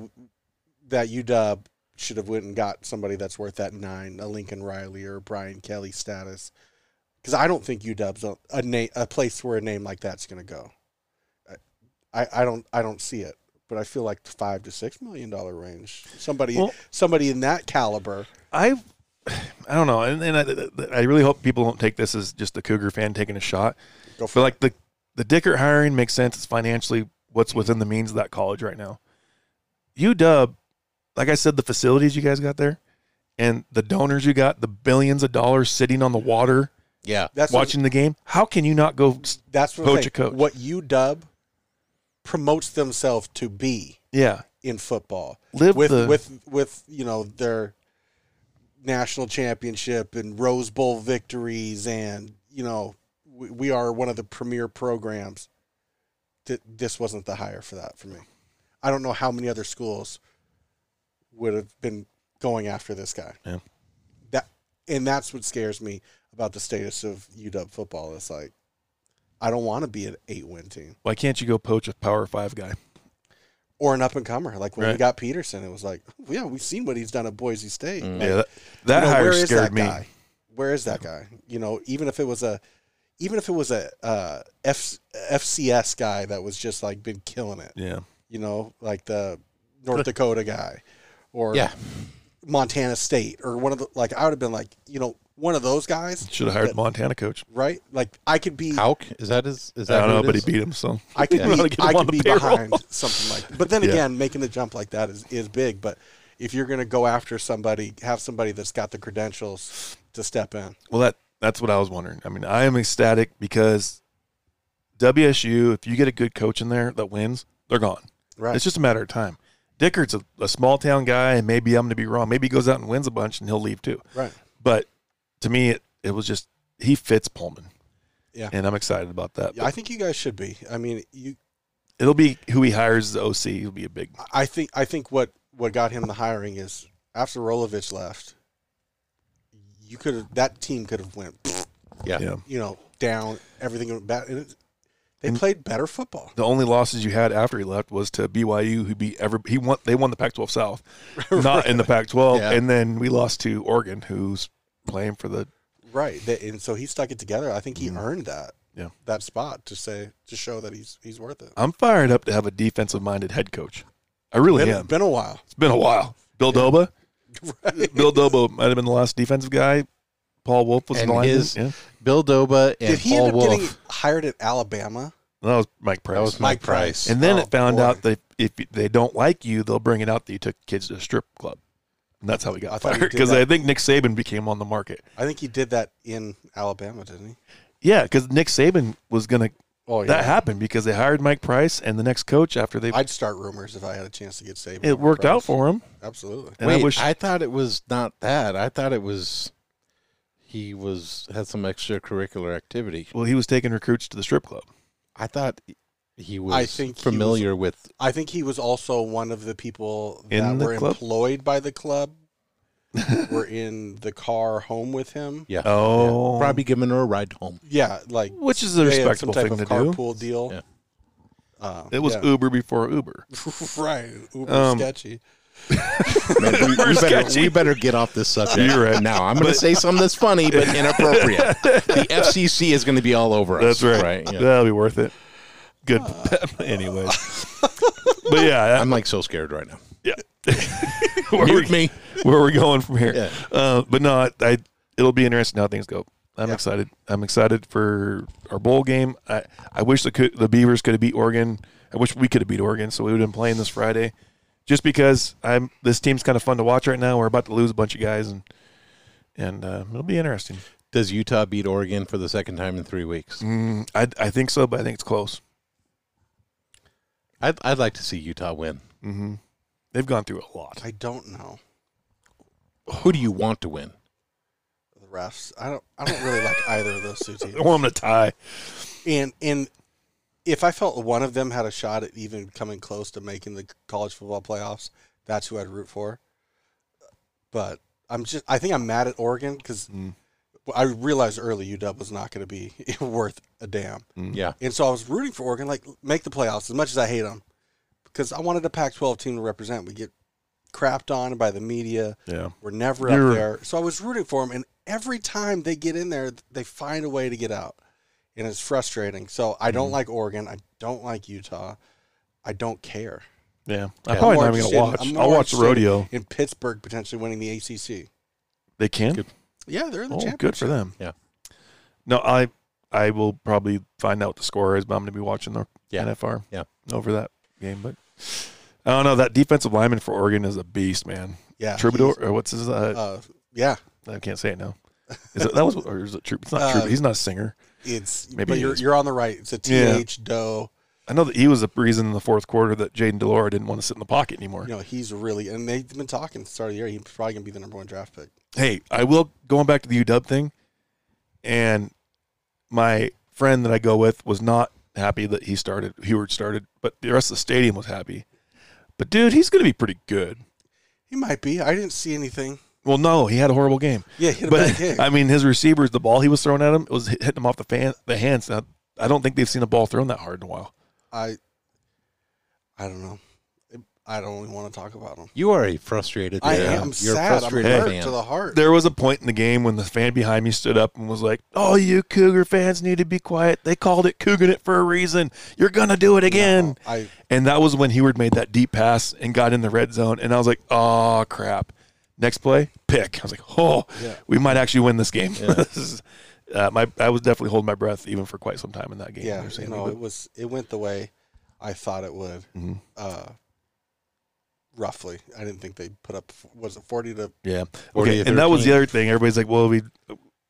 S3: that UW should have went and got somebody that's worth that nine, a Lincoln Riley or a Brian Kelly status, because I don't think UW's a, a name a place where a name like that's going to go. I, I don't I don't see it, but I feel like the five to six million dollar range, somebody
S2: Well-
S3: somebody in that caliber.
S2: I [SIGHS] I don't know, and, and I, I really hope people don't take this as just a Cougar fan taking a shot.
S3: Go
S2: but like the the Dickert hiring makes sense. It's financially what's within the means of that college right now. UW, like I said, the facilities you guys got there, and the donors you got, the billions of dollars sitting on the water
S4: yeah.
S3: That's what-
S2: watching the game. How can you not go? s-
S3: that's what
S2: coach
S3: I'm
S2: a
S3: saying.
S2: coach.
S3: What UW promotes themselves to be.
S2: Yeah,
S3: in football.
S2: Live
S3: with
S2: the-
S3: with with you know their national championship and Rose Bowl victories, and you know we, we are one of the premier programs. Th- this wasn't the hire for that for me. I don't know how many other schools would have been going after this guy.
S2: Yeah.
S3: That and that's what scares me about the status of UW football. It's like I don't want to be an eight win team
S2: Why can't you go poach a Power Five guy?
S3: or an up and comer. Like when we
S2: Right.
S3: got Peterson, it was like, yeah, we've seen what he's done at Boise State.
S4: Mm.
S3: Like,
S2: yeah, that, that
S3: you know,
S2: hire
S3: where is
S2: scared
S3: that
S2: me.
S3: Guy? Where is that guy? You know, even if it was a, even if it was a uh, F, FCS guy that was just like been killing it.
S2: Yeah,
S3: You know, like the North Dakota guy, or
S4: Yeah.
S3: Montana State, or one of the like. I would have been like, you know, one of those guys,
S2: should have hired Montana coach.
S3: right? Like I could be,
S4: Hauk? Is that his? Is
S2: I
S4: that
S2: don't
S4: who
S2: know,
S4: it
S2: but he
S4: is?
S2: beat him. So
S3: I could
S2: Yeah. Gotta
S3: be,
S2: get him
S3: I
S2: on
S3: could
S2: the
S3: be
S2: payroll.
S3: behind something like. that. But then
S2: Yeah.
S3: again, making the jump like that is is big. But if you're going to go after somebody, have somebody that's got the credentials to step in.
S2: Well, that that's what I was wondering. I mean, I am ecstatic because WSU, if you get a good coach in there that wins, they're gone.
S3: Right.
S2: It's just a matter of time. Dickard's a, a small town guy, and maybe I'm going to be wrong. Maybe he goes out and wins a bunch, and he'll leave too.
S3: Right.
S2: But to me, it, it was just he fits Pullman.
S3: Yeah.
S2: and I'm excited about that.
S3: Yeah, I think you guys should be. I mean, you.
S2: It'll be who he hires as the OC. He'll be a big.
S3: I think. I think what what got him the hiring is after Rolovich left. You could have that team could have went.
S4: Yeah.
S2: Yeah.
S3: You know, down everything went bad. And it, they
S2: And-
S3: played better football.
S2: The only losses you had after he left was to BYU, who beat every. He won. They won the Pac-12
S3: [LAUGHS]
S2: South, not in the Pac-12,
S4: Yeah.
S2: and then we lost to Oregon, who's playing for the
S3: Right. They, and so he stuck it together. I think he earned that.
S2: Mm-hmm. Yeah.
S3: That spot to say to show that he's he's worth it.
S2: I'm fired up to have a defensive minded head coach. I really
S3: Been,
S2: am.
S3: been a while.
S2: It's been a while. Bill Doba.
S3: Right.
S2: Bill Doba might have been the last defensive guy. Paul Wolf was
S4: And
S2: the lineman.
S4: his-
S2: yeah.
S4: Bill Doba and
S3: [LAUGHS] Did he
S4: Paul
S3: end up
S4: Wolf.
S3: getting hired at Alabama?
S2: That was Mike Price.
S4: that was Mike
S3: Mike
S4: Price.
S3: Price.
S2: and then
S3: Oh,
S2: it found
S3: boy.
S2: out that if they don't like you, they'll bring it out that you took kids to a strip club. And that's how he
S3: I
S2: got
S3: thought he
S2: fired.
S3: did
S2: Because
S3: that.
S2: I think Nick Saban became on the market.
S3: I think he did that in Alabama, didn't he?
S2: Yeah, because Nick Saban was going to.
S3: Oh yeah.
S2: That happened because they hired Mike Price and the next coach after they.
S3: I'd start rumors if I had a chance to get Saban.
S2: it
S3: over
S2: worked out
S3: Price.
S2: for him.
S3: Absolutely.
S2: And
S4: Wait,
S2: I
S4: I,
S2: wish.
S4: thought it was not that. I thought it was he was had some extracurricular activity.
S2: well, he was taking recruits to the strip club.
S4: I thought he was
S3: I think he
S4: familiar with
S3: I think he was also one of the people that
S2: In the
S3: were
S2: club?
S3: employed by
S2: [LAUGHS]
S3: the club. were in the car home with him.
S4: yeah.
S2: Oh.
S4: Probably giving her a ride
S2: [LAUGHS]
S4: home.
S3: Yeah, like
S2: Which is a
S3: they had
S2: respectable thing to do.
S3: carpool deal.
S4: Yeah.
S3: Uh,
S2: It was
S3: yeah.
S2: Uber before Uber.
S3: [LAUGHS] right, uber
S2: Um,
S3: sketchy.
S4: Man, we, we
S2: We're
S4: better,
S2: sketchy.
S4: we better get off this subject
S2: You're right.
S4: now. I'm going to say something that's funny but inappropriate.
S2: [LAUGHS]
S4: The FCC is going to be all over us.
S2: That's right.
S4: Yeah.
S2: That'll be worth it. Good. [LAUGHS] Anyways. but yeah,
S4: I'm like so scared right now.
S2: where
S4: Mute
S2: we,
S4: me.
S2: where we're going from here.
S4: Yeah.
S2: Uh, but no, I, I it'll be interesting how things go. I'm
S3: Yeah.
S2: excited. I'm excited for our bowl game. I, I wish the Coo- the Beavers could have beat Oregon. I wish we could have beat Oregon, so we would have been playing this Friday. Just because I'm this team's kind of fun to watch right now. We're about to lose a bunch of guys, and and uh, it'll be interesting.
S4: Does Utah beat Oregon for the second time in three weeks?
S2: Mm, I I think so, but I think it's close.
S4: I'd, I'd like to see Utah win.
S2: hmm They've gone through a lot.
S3: I don't know
S4: Who do you want to win?
S3: the refs. I don't. I don't really like either of those two
S2: I
S3: teams.
S2: want them to tie.
S3: And and if I felt one of them had a shot at even coming close to making the college football playoffs, that's who I'd root for. But I'm just. I think I'm mad at Oregon because
S2: Mm.
S3: I realized early UW was not going to be [LAUGHS] worth a damn.
S2: Mm.
S4: Yeah.
S3: And so I was rooting for Oregon, like make the playoffs as much as I hate them, because I wanted a Pac-12 team to represent. We get crapped on by the media.
S2: Yeah.
S3: We're never
S2: You're-
S3: up there. So I was rooting for them, and every time they get in there, they find a way to get out, and it's frustrating. So I
S2: Mm-hmm.
S3: don't like Oregon. I don't like Utah. I don't care.
S2: Yeah.
S4: I'm
S2: I'm probably
S3: more
S2: not even going to
S3: interested in-
S2: watch.
S3: I'm more
S2: I'll watch the
S3: interested
S2: rodeo.
S3: In Pittsburgh potentially winning the ACC.
S2: They can?
S4: Good.
S3: Yeah, they're in the
S2: Oh,
S3: championship.
S2: good for them.
S4: Yeah.
S2: No, I I will probably find out what the score is, but I'm going to be watching the
S4: Yeah.
S2: NFR
S4: Yeah.
S2: over that game. But I don't know. That defensive lineman for Oregon is a beast, man.
S3: Yeah,
S2: Troubadour, or what's his? Uh,
S3: Uh, yeah,
S2: I can't say it now. Is it, that was, or is it Troop? It's not Troubadour.
S3: Uh,
S2: He's not a singer.
S3: it's
S2: Maybe
S3: but
S2: it
S3: you're
S2: is.
S3: you're on the right. It's a
S2: Yeah.
S3: th doe.
S2: I know that he was the reason in the fourth quarter that Jaden Delora didn't want to sit in the pocket anymore.
S3: You know, he's really, and they've been talking since the start of the year. He's probably going to be the number one draft pick.
S2: hey, I will going back to the UW thing, and my friend that I go with was not happy that he started Heward started, but the rest of the stadium was happy. But dude, he's gonna be pretty good.
S3: He might be. I didn't see anything.
S2: Well, no, he had a horrible game.
S3: Yeah, he had a bad
S2: But [LAUGHS]
S3: kick.
S2: I mean, his receivers, the ball he was throwing at him, it was hit- hitting him off the fan, the hands. Now, I don't think they've seen a ball thrown that hard in a while.
S3: I I don't know. I don't really want to talk about him.
S4: You are a frustrated.
S3: I
S4: fan.
S3: am
S4: You're a
S3: sad. I'm
S4: frustrated
S3: hurt
S4: fan.
S3: to the heart.
S2: There was a point in the game when the fan behind me stood up and was like, "Oh, you Cougar fans need to be quiet. They called it Cougar it for a reason. You're gonna do it again."
S3: I
S2: And that was when Heward made that deep pass and got in the red zone. And I was like, oh, crap. Next play, pick. I was like, oh,
S3: Yeah.
S2: we might actually win this game. [LAUGHS] This is- uh, my, I was definitely holding my breath even for quite some time in that game.
S3: yeah,
S2: You're saying
S3: no,
S2: me,
S3: it was it went the way I thought it would.
S2: Mhm.
S3: Uh roughly. I didn't think they put up was it 40 to
S2: but- yeah.
S4: Or
S2: Okay,
S4: the
S2: and that was the
S4: 13.
S2: other thing. Everybody's like, well, we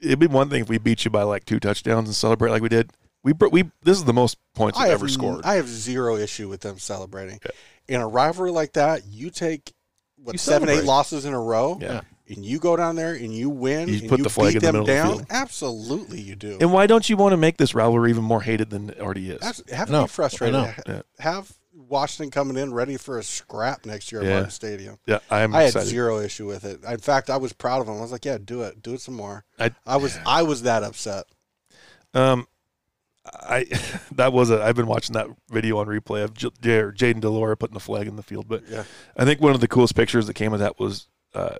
S2: it'd be one thing if we beat you by like two touchdowns and celebrate like we did. We br- we this is the most points
S3: I
S2: we've
S3: have
S2: ever
S3: n-
S2: scored.
S3: I have zero issue with them celebrating. In a rivalry like that, you take what
S4: You
S3: seven, eight
S4: celebrate.
S3: losses in a row,
S2: Yeah.
S3: and you go down there and you win.
S2: You
S3: and
S2: put the flag
S3: beat
S2: in the middle
S3: them
S2: of the
S3: down.
S2: field.
S3: Absolutely, you do.
S2: And why don't you want to make this rivalry even more hated than it already is?
S3: Abs- have
S4: No,
S3: to be frustrated.
S4: I know.
S3: Ha-
S2: Yeah.
S3: Have Washington coming in ready for a scrap next year at
S2: Yeah.
S3: Martin Stadium.
S2: yeah, I'm
S3: I had
S2: excited.
S3: zero issue with it. In fact, I was proud of them. I was like, "Yeah, do it, do it some more."
S2: I-
S3: I was, I was that upset.
S2: Um, I [LAUGHS] that was a. I've been watching that video on replay of J- J- or Jaden Delora putting the flag in the field, but
S3: Yeah.
S2: I think one of the coolest pictures that came of that was uh,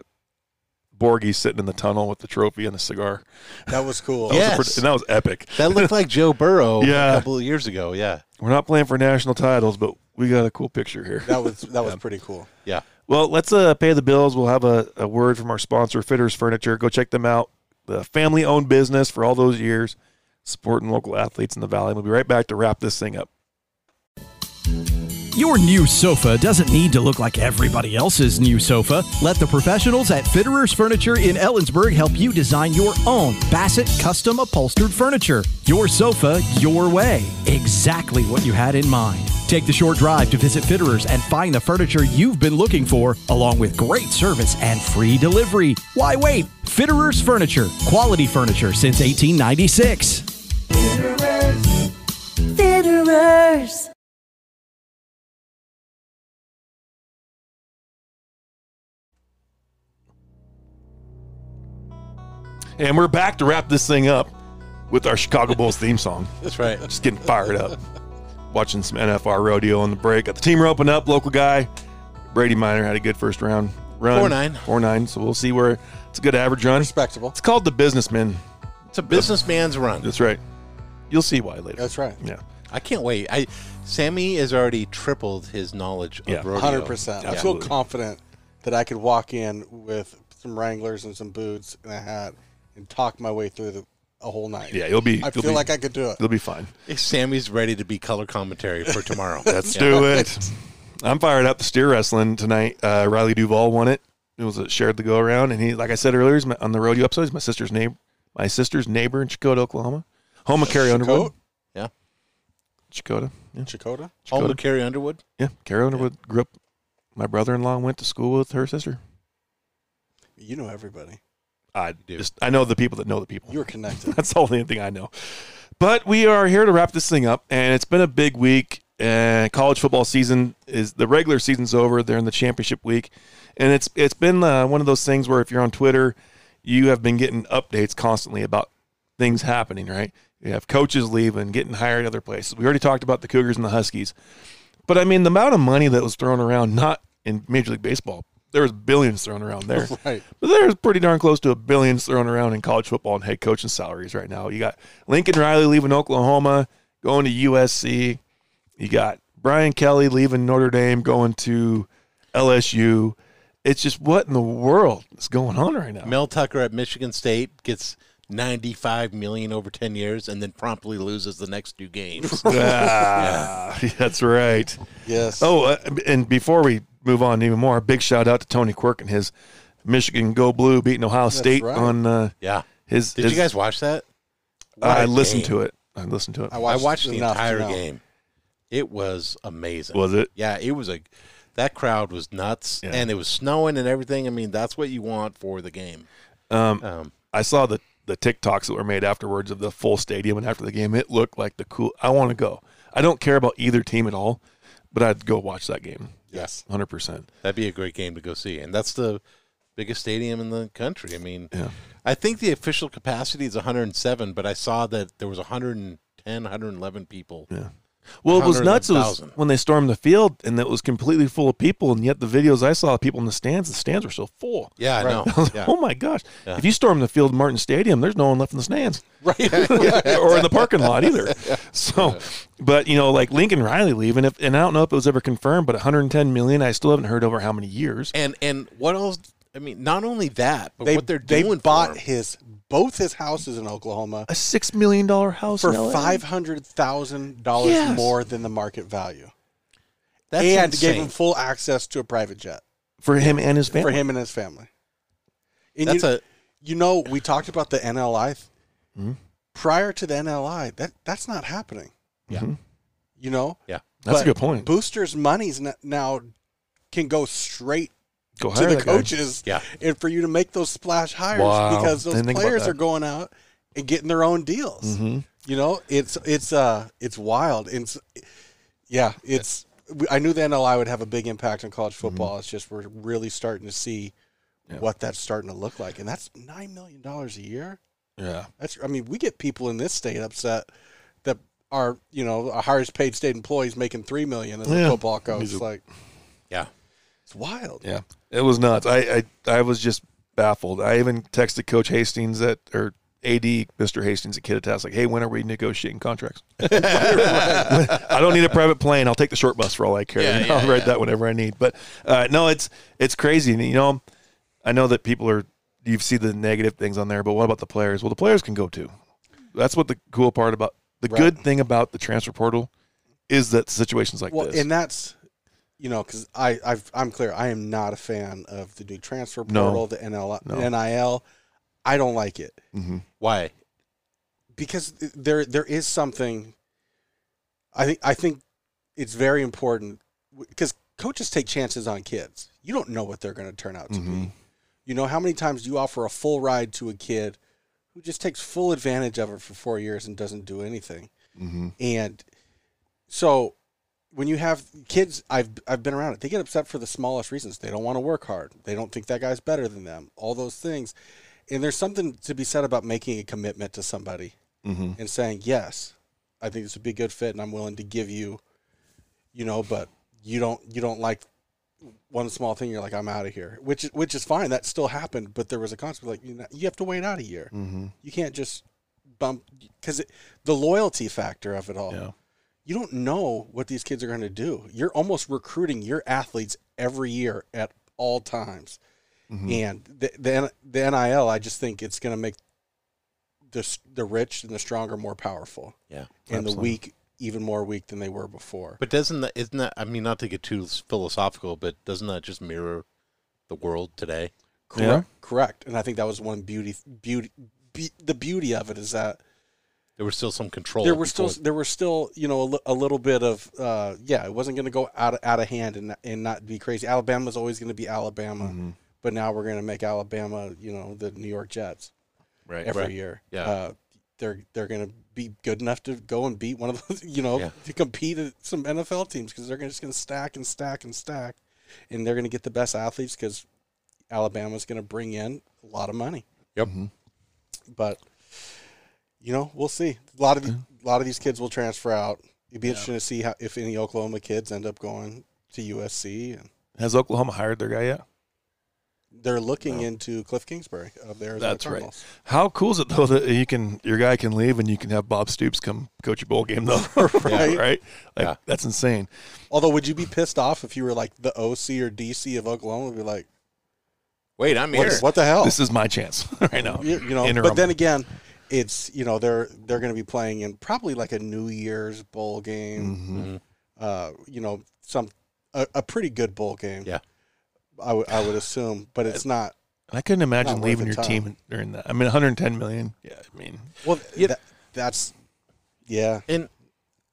S2: Borgie sitting in the tunnel with the trophy and a cigar.
S3: That was
S2: [LAUGHS]
S3: cool.
S2: That was a
S4: Yes.
S2: pretty- and that was epic.
S4: That looked like Joe Burrow
S2: Yeah.
S4: a couple of years ago. Yeah.
S2: We're not playing for national titles, but we got a cool picture here.
S3: That was that was pretty cool.
S4: Yeah.
S2: Well, let's uh, pay the bills. We'll have a, a word from our sponsor, Fitters Furniture. Go check them out. The family owned business for all those years, supporting local athletes in the valley. We'll be right back to wrap this thing up.
S5: Your new sofa doesn't need to look like everybody else's new sofa. Let the professionals at Fitterers Furniture in Ellensburg help you design your own Bassett custom upholstered furniture. Your sofa, your way. Exactly what you had in mind. Take the short drive to visit Fitterers and find the furniture you've been looking for, along with great service and free delivery. Why wait? Fitterers Furniture, quality furniture since 1896.
S6: Fitterers.
S2: And we're back to wrap this thing up with our Chicago Bulls theme song.
S4: That's right.
S2: Just getting fired up. Watching some NFR rodeo on the break. Got the team roping up, local guy. Brady Miner had a good first round run.
S4: 4-9.
S2: 4 9. So we'll see where it's a good average run. It's
S3: Respectable.
S2: called the businessman.
S4: It's a businessman's run.
S2: That's right. You'll see why later.
S3: That's right.
S2: yeah.
S4: I can't wait. I Sammy has already tripled his knowledge of
S2: Yeah.
S4: rodeo.
S3: Hundred percent. I feel
S2: Absolutely.
S3: confident that I could walk in with some Wranglers and some boots and a hat and talk my way through the a whole night.
S2: Yeah, you'll be.
S3: I
S2: you'll
S3: feel
S2: be-
S3: like I could do it.
S2: You'll be fine.
S4: Sammy's ready to be color commentary for tomorrow.
S2: [LAUGHS] Let's do
S4: [LAUGHS]
S2: it. I'm fired up. Steer wrestling tonight. Uh, Riley Duvall won it. It was a shared the go around, and he, like I said earlier, he's my, on the rodeo episode. He's my sister's neighbor. My sister's neighbor in Chicote, Oklahoma. Home of Carrie Underwood.
S4: Yeah.
S2: Chicote. Yeah.
S3: Chakota.
S4: Home
S2: Dakota.
S4: of Carrie Underwood.
S2: yeah. Carrie Underwood grew up. My brother-in-law went to school with her sister.
S3: You know everybody.
S2: I just I know the people that know the people.
S3: You're connected.
S2: [LAUGHS] That's the only thing I know. But we are here to wrap this thing up, and it's been a big week. And college football season is the regular season's over. They're in the championship week, and it's it's been uh, one of those things where if you're on Twitter, you have been getting updates constantly about things happening. Right? You have coaches leaving, getting hired other places. We already talked about the Cougars and the Huskies, but I mean the amount of money that was thrown around, not in Major League Baseball, there was billions thrown around there.
S3: right.
S2: But there's pretty darn close to a billion thrown around in college football and head coaching salaries right now. You got Lincoln Riley leaving Oklahoma, going to USC. You got Brian Kelly leaving Notre Dame, going to LSU. It's just what in the world is going on right now?
S4: Mel Tucker at Michigan State gets 95 million over 10 years and then promptly loses the next
S2: [LAUGHS]
S4: two games.
S2: Ah, [LAUGHS] That's right.
S3: Yes.
S2: Oh, uh, and before we move on even more, a big shout out to Tony Quirk and his Michigan Go Blue beating Ohio State
S3: right.
S2: on uh,
S4: yeah.
S2: his.
S4: Did
S2: his-
S4: you guys watch that?
S2: I
S4: What a
S2: listened
S4: game.
S2: to it. I listened to it.
S4: I watched the
S3: enough to
S4: entire
S3: know.
S4: game. It was amazing.
S2: Was it?
S4: Yeah, it was a that crowd was nuts
S2: Yeah.
S4: and it was snowing and everything. I mean, that's what you want for the game.
S2: Um,
S4: Um,
S2: I saw the the TikToks that were made afterwards of the full stadium and after the game. It looked like the cool. I want to go. I don't care about either team at all, but I'd go watch that game.
S3: Yes.
S2: hundred percent.
S4: That'd be a great game to go see, and that's the biggest stadium in the country. I mean,
S2: Yeah.
S4: I think the official capacity is 107, but I saw that there was 110, 111 people.
S2: Yeah. Well, it was nuts. It was
S4: 100,000.
S2: when they stormed the field and it was completely full of people, and yet the videos I saw, people in the stands, the stands were so full.
S4: Yeah, I
S2: I
S3: [LAUGHS]
S4: know.
S2: was like,
S4: Yeah.
S2: [LAUGHS] Oh my gosh! If you storm the field, at Martin Stadium, there's no one left in the
S3: [LAUGHS]
S2: stands, right? [LAUGHS] or in the parking lot either. So, but you know, like Lincoln Riley leaving, if, and I don't know if it was ever confirmed, but 110 million, I still haven't heard over how many years.
S4: And and what else? I mean, not only that, but
S3: They
S4: what they're
S3: they
S4: doing. for
S3: bought
S4: 'em.
S3: his both his houses in Oklahoma
S2: A six million dollar house
S3: for
S2: in LA?
S3: five hundred thousand dollars
S2: Yes.
S3: more than the market value,
S4: That's
S3: and
S4: insane.
S3: gave him full access to a private jet
S2: for him and his family.
S3: for him and his family. And
S4: That's
S3: you,
S4: a
S3: you know we talked about the NLI.
S2: Hmm?
S3: Prior to the NLI, that that's not happening.
S4: yeah,
S3: You know,
S4: yeah.
S2: Hmm? That's a
S3: But
S2: good point.
S3: Boosters' monies n- now can go straight
S2: Go
S3: to
S2: hire
S3: the
S2: that guy.
S3: coaches,
S4: Yeah.
S3: and for you to make those splash hires
S2: Wow.
S3: because those
S2: Didn't think about
S3: players
S2: that. Mm-hmm.
S3: are going out and getting their own deals. You know, it's it's uh it's wild. It's yeah, it's. we- I knew the NLI would have a big impact on college
S2: Mm-hmm.
S3: football. It's just we're really starting to see what that's starting to look like, and that's nine million dollars a year.
S2: Yeah,
S3: That's I mean, we get people in this state upset that our you know our highest paid state employees making three million as
S2: Yeah.
S3: a football coach.
S2: do.
S3: Like
S4: yeah.
S3: it's wild.
S2: yeah, it was nuts. I, I, I was just baffled. I even texted Coach Hastings at or. AD Mr. Hastings at Kittitas, like, hey, when are we negotiating contracts? [LAUGHS] I don't need a private plane. I'll take the short bus for all I care. You
S4: Yeah,
S2: know,
S4: yeah,
S2: I'll ride
S4: yeah.
S2: that whenever I need. But uh, no, it's it's crazy. And, you know, I know that people are you see the negative things on there, but what about the players? Well, the players can go too. That's what the cool part about the
S3: Right.
S2: good thing about the transfer portal is that situations like
S3: well,
S2: this.
S3: and that's you know because I I've, I'm clear I am not a fan of the new transfer
S2: No.
S3: portal, the NL,
S2: No.
S3: NIL. I don't like it
S4: Why?
S3: because th- there there is something. I think I think it's very important because coaches take chances on kids. You don't know what they're going to turn out to be. You know how many times do you offer a full ride to a kid who just takes full advantage of it for four years and doesn't do anything. And so when you have kids, I've I've been around it. They get upset for the smallest reasons. They don't want to work hard. They don't think that guy's better than them. All those things. And there's something to be said about making a commitment to somebody and saying, "Yes, I think this would be a good fit, and I'm willing to give you, you know." But you don't you don't like one small thing. You're like, "I'm out of here," which which is fine. That still happened, but there was a consequence. Like you know, you have to wait out a year. You can't just bump because the loyalty factor of it all.
S2: Yeah.
S3: You don't know what these kids are going to do. You're almost recruiting your athletes every year at all times. And the, the the NIL, I just think it's going to make the s- the rich and the stronger more powerful,
S4: Yeah.
S3: and the weak even more weak than they were before.
S4: But doesn't that isn't that? I mean, not to get too philosophical, but doesn't that just mirror the world today?
S3: Correct.
S2: Yeah.
S3: Correct. And I think that was one beauty beauty be, the beauty of it is that
S4: There was still some control.
S3: there were still
S4: before-
S3: there were still you know a, li- a little bit of uh, yeah it wasn't going to go out of, out of hand and and not be crazy. Alabama's always going to be Alabama, but now we're going to make Alabama you know the New York Jets
S4: right
S3: every
S4: right.
S3: year.
S4: Yeah.
S3: Uh, they're they're going to be good enough to go and beat one of those [LAUGHS] you know
S4: Yeah.
S3: to compete at some NFL teams because they're gonna- just going to stack and stack and stack, and they're going to get the best athletes because Alabama's going to bring in a lot of money
S4: Yep.
S3: but you know, we'll see. A lot of the, a lot of these kids will transfer out. It'd be interesting to see how if any Oklahoma kids end up going to USC, and
S2: Has Oklahoma hired their guy yet?
S3: they're looking into Cliff Kingsbury of the Arizona
S2: That's right.
S3: Cardinals.
S2: How cool is it though that you can your guy can leave and you can have Bob Stoops come coach a bowl game though, [LAUGHS] right? Like
S4: Yeah.
S2: that's insane.
S3: Although, would you be pissed off if you were like the OC or DC of Oklahoma? Be like,
S4: Wait, I'm
S3: what,
S4: here.
S3: what the hell?
S2: This is my chance [LAUGHS] right now.
S3: Oh. you, you know,
S2: Interim.
S3: but then again, it's you know they're they're going to be playing in probably like a New Year's bowl game.
S2: Mm-hmm.
S3: Uh, you know, some a, a pretty good bowl game.
S4: Yeah.
S3: I would- I would assume, but
S2: [SIGHS]
S3: it's not.
S2: I couldn't imagine
S3: Not worth
S2: leaving
S3: the
S2: your
S3: time.
S2: team during that. I mean, 110 million. Yeah, I mean,
S3: Well, tha- that's yeah.
S4: And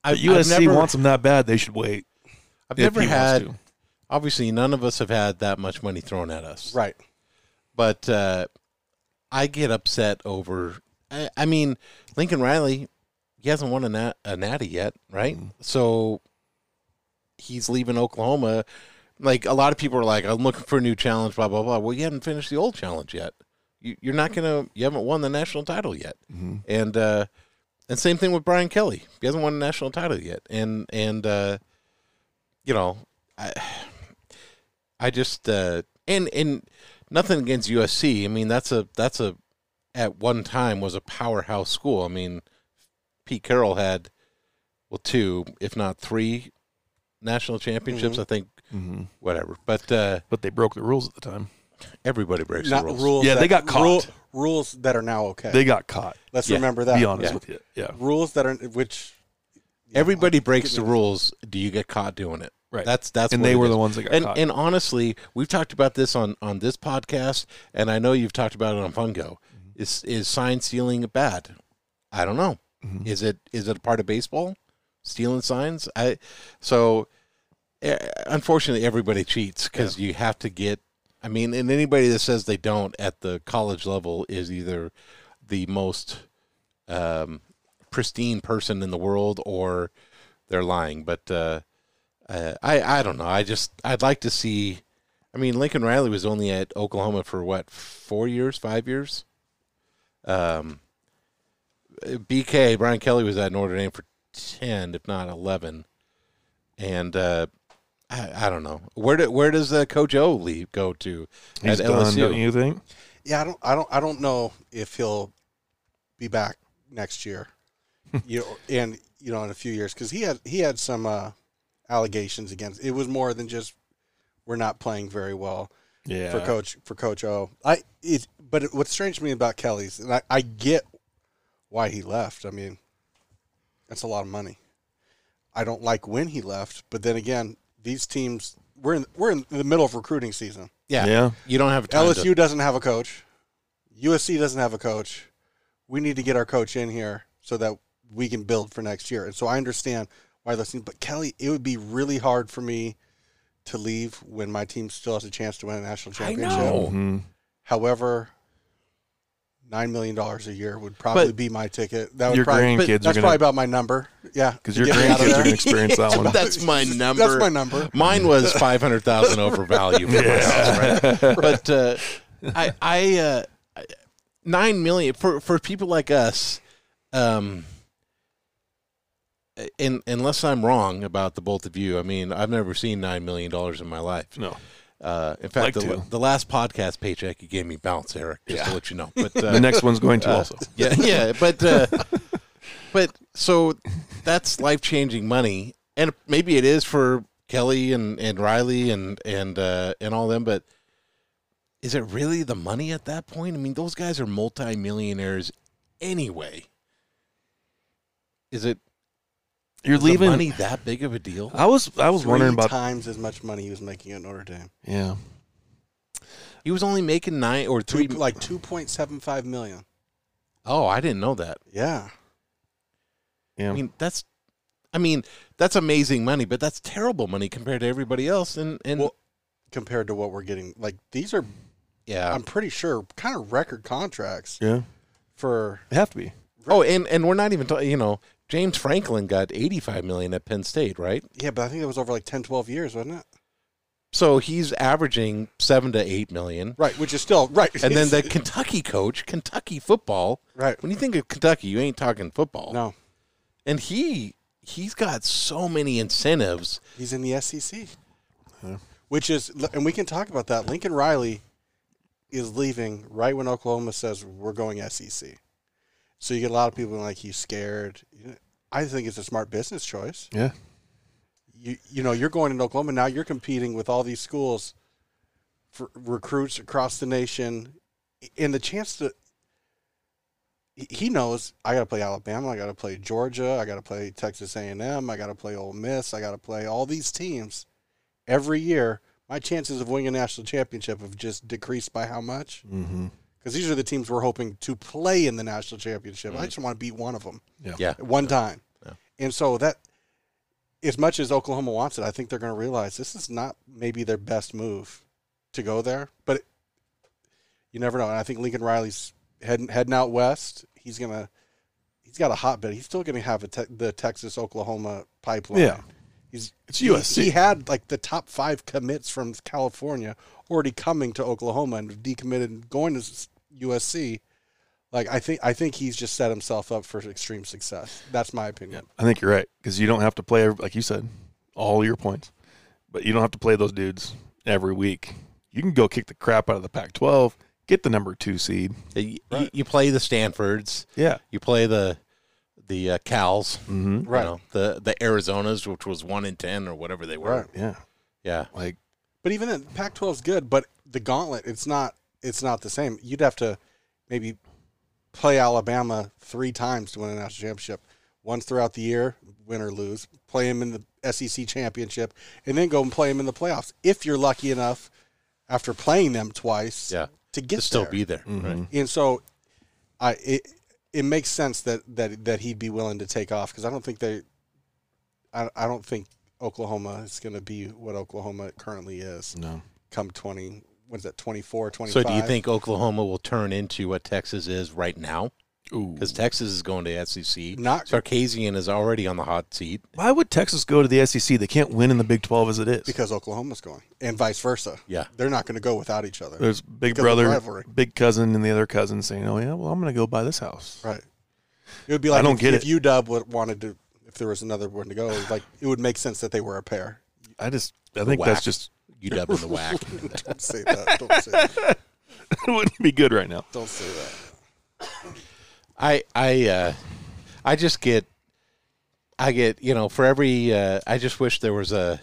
S4: I,
S2: but USC wants them that bad. They should wait.
S4: I've
S2: if
S4: never
S2: he wants
S4: had.
S2: to.
S4: Obviously, none of us have had that much money thrown at us.
S3: Right.
S4: But uh, I get upset over. I, I mean, Lincoln Riley, he hasn't won a, nat- a natty yet, right? So he's leaving Oklahoma. like a lot of people are like, I'm looking for a new challenge, blah blah blah. Well, you haven't finished the old challenge yet. You, you're not gonna, you haven't won the national title yet, and uh, and same thing with Brian Kelly. He hasn't won a national title yet, and and uh, you know, I I just uh, and and nothing against USC. I mean, that's a that's a at one time was a powerhouse school. I mean, Pete Carroll had well two, if not three, national championships. I think whatever. But uh,
S2: But they broke the rules at the time.
S4: everybody breaks
S3: Not
S4: the
S3: rules.
S4: rules.
S2: Yeah, they got caught.
S3: rule- rules that are now okay.
S2: They got caught.
S3: Let's
S4: yeah,
S3: remember that.
S2: be honest
S4: yeah.
S2: with you. Yeah.
S3: Rules that are which
S4: Everybody breaks the rules. Do you get caught doing it?
S2: Right.
S4: That's that's
S2: And
S4: what
S2: they
S4: it
S2: were
S4: is.
S2: the ones that got
S4: and
S2: caught.
S4: and honestly, we've talked about this on on this podcast, and I know you've talked about it on Fungo.
S2: Mm-hmm.
S4: Is is sign stealing bad? I don't know.
S2: Mm-hmm.
S4: Is it is it a part of baseball? Stealing signs? I so eh, unfortunately everybody cheats because you have to get. I mean, and anybody that says they don't at the college level is either the most um, pristine person in the world or they're lying. But uh, uh, I I don't know. I just I'd like to see. I mean, Lincoln Riley was only at Oklahoma for what four years, five years. Um, uh, BK Brian Kelly was at Notre Dame for ten, if not eleven, and uh, I I don't know where do, where does uh, Coach O leave go to
S2: He's
S4: at
S2: done,
S4: LSU?
S2: don't you think?
S3: Yeah, I don't, I don't, I don't know if he'll be back next year, you know, and you know, in a few years, because he had he had some uh, allegations against. It was more than just we're not playing very well
S2: Yeah.
S3: for coach for coach O. I it, but it, what's strange to me about Kelly's, and I, I get why he left. I mean, that's a lot of money. I don't like when he left, but then again, these teams we're in we're in the middle of recruiting season.
S4: Yeah,
S2: Yeah.
S4: you don't have time
S3: LSU doesn't have a coach. USC doesn't have a coach. We need to get our coach in here so that we can build for next year. And so I understand why those things. But Kelly, it would be really hard for me to leave when my team still has a chance to win a national
S4: I
S3: championship.
S4: know.
S2: Mm-hmm.
S3: However, nine million dollars a year would probably
S4: But-
S3: be my ticket. That would
S2: Your
S3: probably
S2: grandkids are
S3: that's
S2: gonna-
S3: probably about my number. Yeah,
S2: Because
S3: to
S2: your
S3: get me out
S2: grandkids are
S3: of there. [LAUGHS]
S2: going to experience that one.
S4: [LAUGHS] That's my number.
S3: That's my number.
S4: Mine was five hundred [LAUGHS] thousand over value. For myself, right? But uh, I, I, uh, I- nine million for for people like us. Um, in, unless I'm wrong about the both of you, I mean, I've never seen nine million dollars in my life.
S2: No.
S4: Uh, in fact,
S2: Like
S4: the,
S2: to.
S4: the last podcast paycheck you gave me bounced, Eric. Just to let you know.
S2: [LAUGHS]
S4: But uh,
S2: The next one's going to also.
S4: [LAUGHS] yeah, yeah, but uh, but so that's life changing money, and maybe it is for Kelly and, and Riley and and uh, and all them. But is it really the money at that point? I mean, those guys are multimillionaires anyway. Is it
S2: You're
S4: the
S2: leaving.
S4: money that big of a deal?
S2: I was I was
S3: Three
S2: wondering about
S3: times as much money he was making at Notre Dame.
S2: yeah
S4: He was only making nine or
S3: Two,
S4: three.
S3: like two point seven five million.
S4: Oh, I didn't know that.
S3: Yeah.
S2: yeah
S4: I mean, that's. I mean, that's amazing money, but that's terrible money compared to everybody else. And, and
S3: Well, compared to what we're getting. Like these are,
S4: yeah,
S3: I'm pretty sure, kind of record contracts
S2: yeah
S3: for.
S2: they have to be
S4: Oh, and and we're not even talking. You know, James Franklin got eighty five million at Penn State, right?
S3: Yeah, but I think it was over like 10, 12 years, wasn't it?
S4: So he's averaging seven to eight million.
S3: Right, which is still right.
S4: And then the Kentucky coach, Kentucky football.
S3: right.
S4: When you think of Kentucky, you ain't talking
S3: [LAUGHS]
S4: football.
S3: No,
S4: And he he's got so many incentives.
S3: he's in the SEC, which is, and we can talk about that. Lincoln Riley is leaving right when Oklahoma says we're going SEC. So you get a lot of people like he's scared. I think it's a smart business choice.
S2: yeah
S3: you you know you're going to Oklahoma now. You're competing with all these schools for recruits across the nation, and the chance to he- he knows I got to play Alabama, I got to play Georgia, I got to play Texas A&M, I got to play Ole Miss, I got to play all these teams every year. My chances of winning a national championship have just decreased by how much? Because
S4: Mm-hmm.
S3: these are the teams we're hoping to play in the national championship. I just want to beat one of them
S4: Yeah.
S3: at one time. And so that, as much as Oklahoma wants it, I think they're going to realize this is not maybe their best move to go there. But it, you never know. And I think Lincoln Riley's heading heading out west. He's gonna he's got a hotbed. He's still going to have a te- the Texas Oklahoma pipeline.
S2: Yeah.
S3: He's
S7: It's
S3: he-
S7: USC.
S3: He, had like the top five commits from California already coming to Oklahoma and decommitted and going to s- USC. Like I think I think he's just set himself up for extreme success. That's my opinion.
S2: I think you're right because you don't have to play every- like you said all your points, but you don't have to play those dudes every week. You can go kick the crap out of the Pac-12, get the number two seed.
S4: You, you- you play the Stanfords,
S2: Yeah,
S4: you play the the uh, Cals,
S2: mm-hmm.
S4: you know, the the Arizonas, which was one in ten or whatever they were.
S3: Right.
S2: yeah.
S4: Yeah,
S2: Like
S3: But even then, Pac-12 is good, but the gauntlet it's not it's not the same. You'd have to maybe play Alabama three times to win a national championship. Once throughout the year, win or lose, play them in the SEC championship, and then go and play them in the playoffs. If you're lucky enough, after playing them twice,
S4: Yeah.
S3: to get
S4: to still
S3: there.
S4: be there. Right.
S3: And so, I it it makes sense that that that he'd be willing to take off because I don't think they, I I don't think Oklahoma is going to be what Oklahoma currently is.
S2: No.
S3: come twenty. When's that? 24, 25.
S4: So, do you think Oklahoma will turn into what Texas is right now?
S2: ooh.
S4: Because Texas is going to SEC.
S3: Not-
S4: Sarkisian is already on the hot seat.
S2: Why would Texas go to the SEC? They can't win in the Big 12 as it is.
S3: because Oklahoma's going and vice versa?
S4: Yeah.
S3: they're not going to go without each other.
S2: There's big
S3: because of
S2: brother,
S3: rivalry.
S2: big cousin, and the other cousin saying, "Oh yeah, well I'm going to go buy this house." [LAUGHS]
S3: Right. It would be
S2: I
S3: like
S2: don't
S3: if,
S2: get
S3: if
S2: it.
S3: UW would, wanted to, if there was another one to go, like it would make sense that they were a pair. [LAUGHS]
S2: I just, I think
S4: Whack.
S2: that's just
S4: UW in
S2: [LAUGHS]
S4: the whack.
S3: Don't say that. Don't say that.
S2: it wouldn't be good right now.
S3: Don't say that.
S4: I I uh, I just get I get you know for every uh, I just wish there was a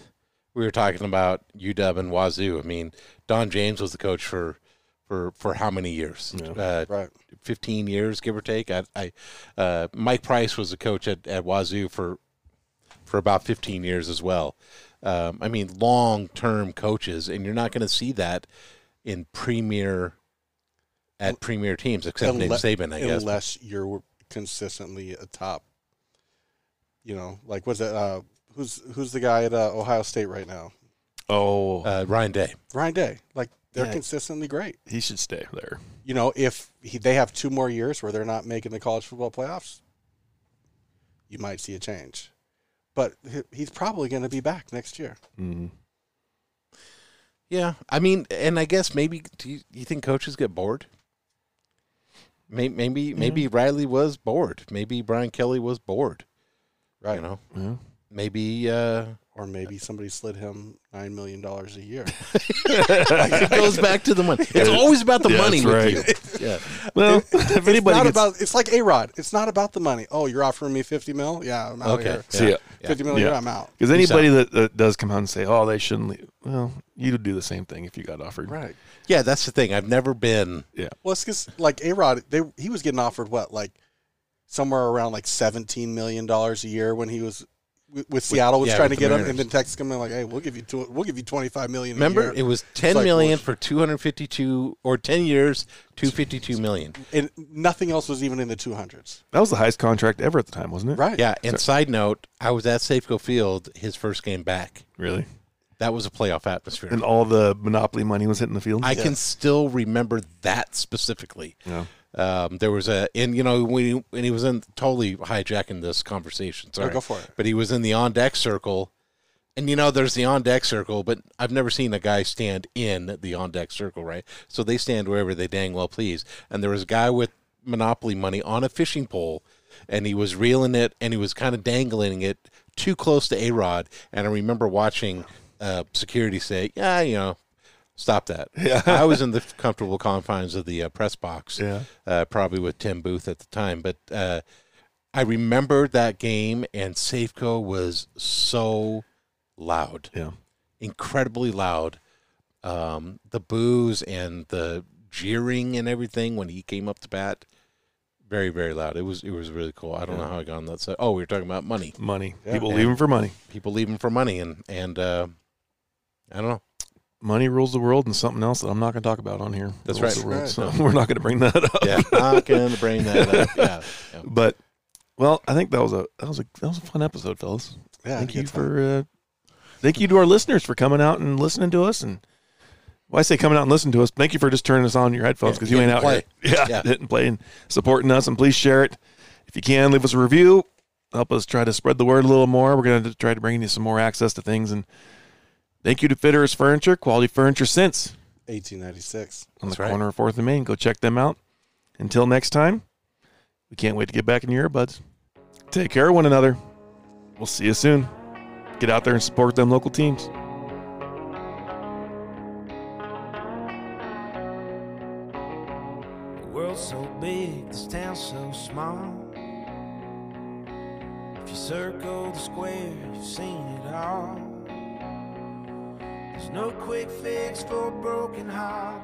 S4: we were talking about UW and Wazoo. I mean, Don James was the coach for for for how many years? Uh,
S3: Right.
S4: 15 years, give or take. I, I uh, Mike Price was a coach at, at Wazoo for for about 15 years as well. Um, I mean, long term coaches, and you're not going to see that in premier at premier teams, except Nate
S3: Unle-
S4: Saban, I guess.
S3: Unless you're consistently a top, you know, like was it uh, who's who's the guy at uh, Ohio State right now?
S2: Oh,
S4: Uh, Ryan Day.
S3: Ryan Day. Like they're
S2: Yeah.
S3: consistently great.
S2: he should stay there.
S3: You know, if he, they have two more years where they're not making the college football playoffs, you might see a change. But he- he's probably going to be back next year.
S4: Yeah, I mean, and I guess maybe do you, you think coaches get bored? Maybe maybe, maybe Riley was bored. Maybe Brian Kelly was bored. Right. You know.
S2: Yeah.
S4: Maybe uh,
S3: Or maybe somebody slid him $9 million a
S4: [LAUGHS]
S3: year.
S4: it [LAUGHS] goes back to the money. It's always about the
S2: Yeah,
S4: money
S2: that's
S4: with
S2: right.
S4: [LAUGHS] you. Yeah.
S2: Well, [LAUGHS] if
S3: It's
S2: anybody
S3: not
S2: gets,
S3: about. It's like A Rod. It's not about the money. Oh, you're offering me fifty mil? Yeah, I'm out
S4: Okay.
S3: here.
S2: See ya.
S3: Fifty mil a year,
S2: Yeah.
S3: I'm out.
S2: because
S4: Peace
S2: anybody that, that does come out and say, "Oh, they shouldn't," leave. well, you'd do the same thing if you got offered.
S3: Right.
S4: Yeah, that's the thing. I've never been.
S2: Yeah.
S3: Well, it's because like A Rod, they he was getting offered what like somewhere around like seventeen million dollars a year when he was with, with Seattle was
S4: yeah,
S3: trying to
S4: with
S3: get
S4: the
S3: him, and
S4: Mariners.
S3: then Texas coming like, hey, we'll give you two, we'll give you twenty five million. a
S4: Remember,
S3: year."
S4: it was ten
S3: like,
S4: million
S3: well,
S4: for two hundred fifty-two or ten years, two fifty-two million.
S3: and nothing else was even in the two hundreds.
S2: That was the highest contract ever at the time, wasn't it?
S3: Right.
S4: Yeah. And side note, I was at Safeco Field his first game back.
S2: Really.
S4: That was a playoff atmosphere.
S2: And all the monopoly money was hitting the field.
S4: I can still remember that specifically. Um, there was a, and you know, when he, when he was in, totally hijacking this conversation. Sorry,
S3: go for it.
S4: But he was in the on deck circle, and you know, there's the on deck circle, but I've never seen a guy stand in the on deck circle, right? So they stand wherever they dang well please. And there was a guy with monopoly money on a fishing pole, and he was reeling it, and he was kind of dangling it too close to a rod. And I remember watching uh, security say, "Yeah, you know." Stop that. I was in the comfortable confines of the uh, press box,
S2: Yeah.
S4: uh, probably with Tim Booth at the time. But uh, I remember that game, and Safeco was so loud,
S2: Yeah.
S4: incredibly loud. Um, the boos and the jeering and everything when he came up to bat, very very loud. It was it was really cool. I don't know how I got on that side. Oh, we were talking about money.
S2: Money. People
S4: Yeah.
S2: leaving for money.
S4: People leaving for money, and and uh, I don't know.
S2: Money rules the world, and something else that I'm not going to talk about on here.
S4: That's
S2: rules
S4: right.
S2: The world, so [LAUGHS] we're not going to bring that up.
S4: Yeah, not gonna bring that up. Yeah, yeah.
S2: But well, I think that was a that was a that was a fun episode, fellas.
S3: Yeah,
S2: thank
S3: good
S2: you
S3: time.
S2: for uh, thank you to our listeners for coming out and listening to us. And well, I say coming out and listening to us. Thank you for just turning us on your headphones because you
S4: hit
S2: ain't out
S4: and
S2: here. [LAUGHS] Yeah,
S4: Yeah.
S2: hitting play and supporting us. And please share it if you can. Leave us a review. help us try to spread the word a little more. We're going to try to bring you some more access to things. And thank you to Fitter's Furniture, Quality Furniture Since
S3: 1896.
S2: on
S4: That's
S2: the
S4: right.
S2: corner of 4th and Main. Go check them out. Until next time, we can't wait to get back in your earbuds. Take care of one another. We'll see you soon. Get out there and support them local teams.
S1: The world's so big, this town's so small. If you circle the square, you've seen it all. There's no quick fix for a broken heart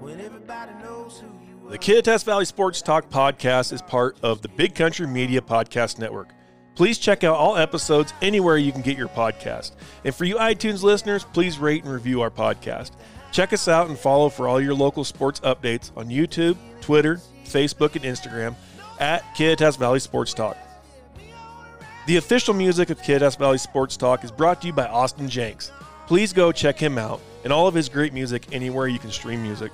S1: when everybody knows who you are.
S2: The Kittitas Valley Sports Talk podcast is part of the Big Country Media Podcast Network. Please check out all episodes anywhere you can get your podcast. And for you iTunes listeners, please rate and review our podcast. Check us out and follow for all your local sports updates on YouTube, Twitter, Facebook, and Instagram at Kittitas Valley Sports Talk. The official music of Kittitas Valley Sports Talk is brought to you by Austin Jenks. Please go check him out and all of his great music anywhere you can stream music.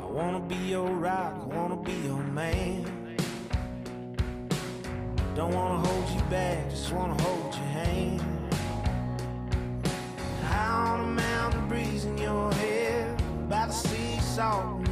S1: I wanna be your rock, I wanna be your man. Don't wanna hold you back, just wanna hold your hand. High on a mountain breeze in your hair, by the sea salt and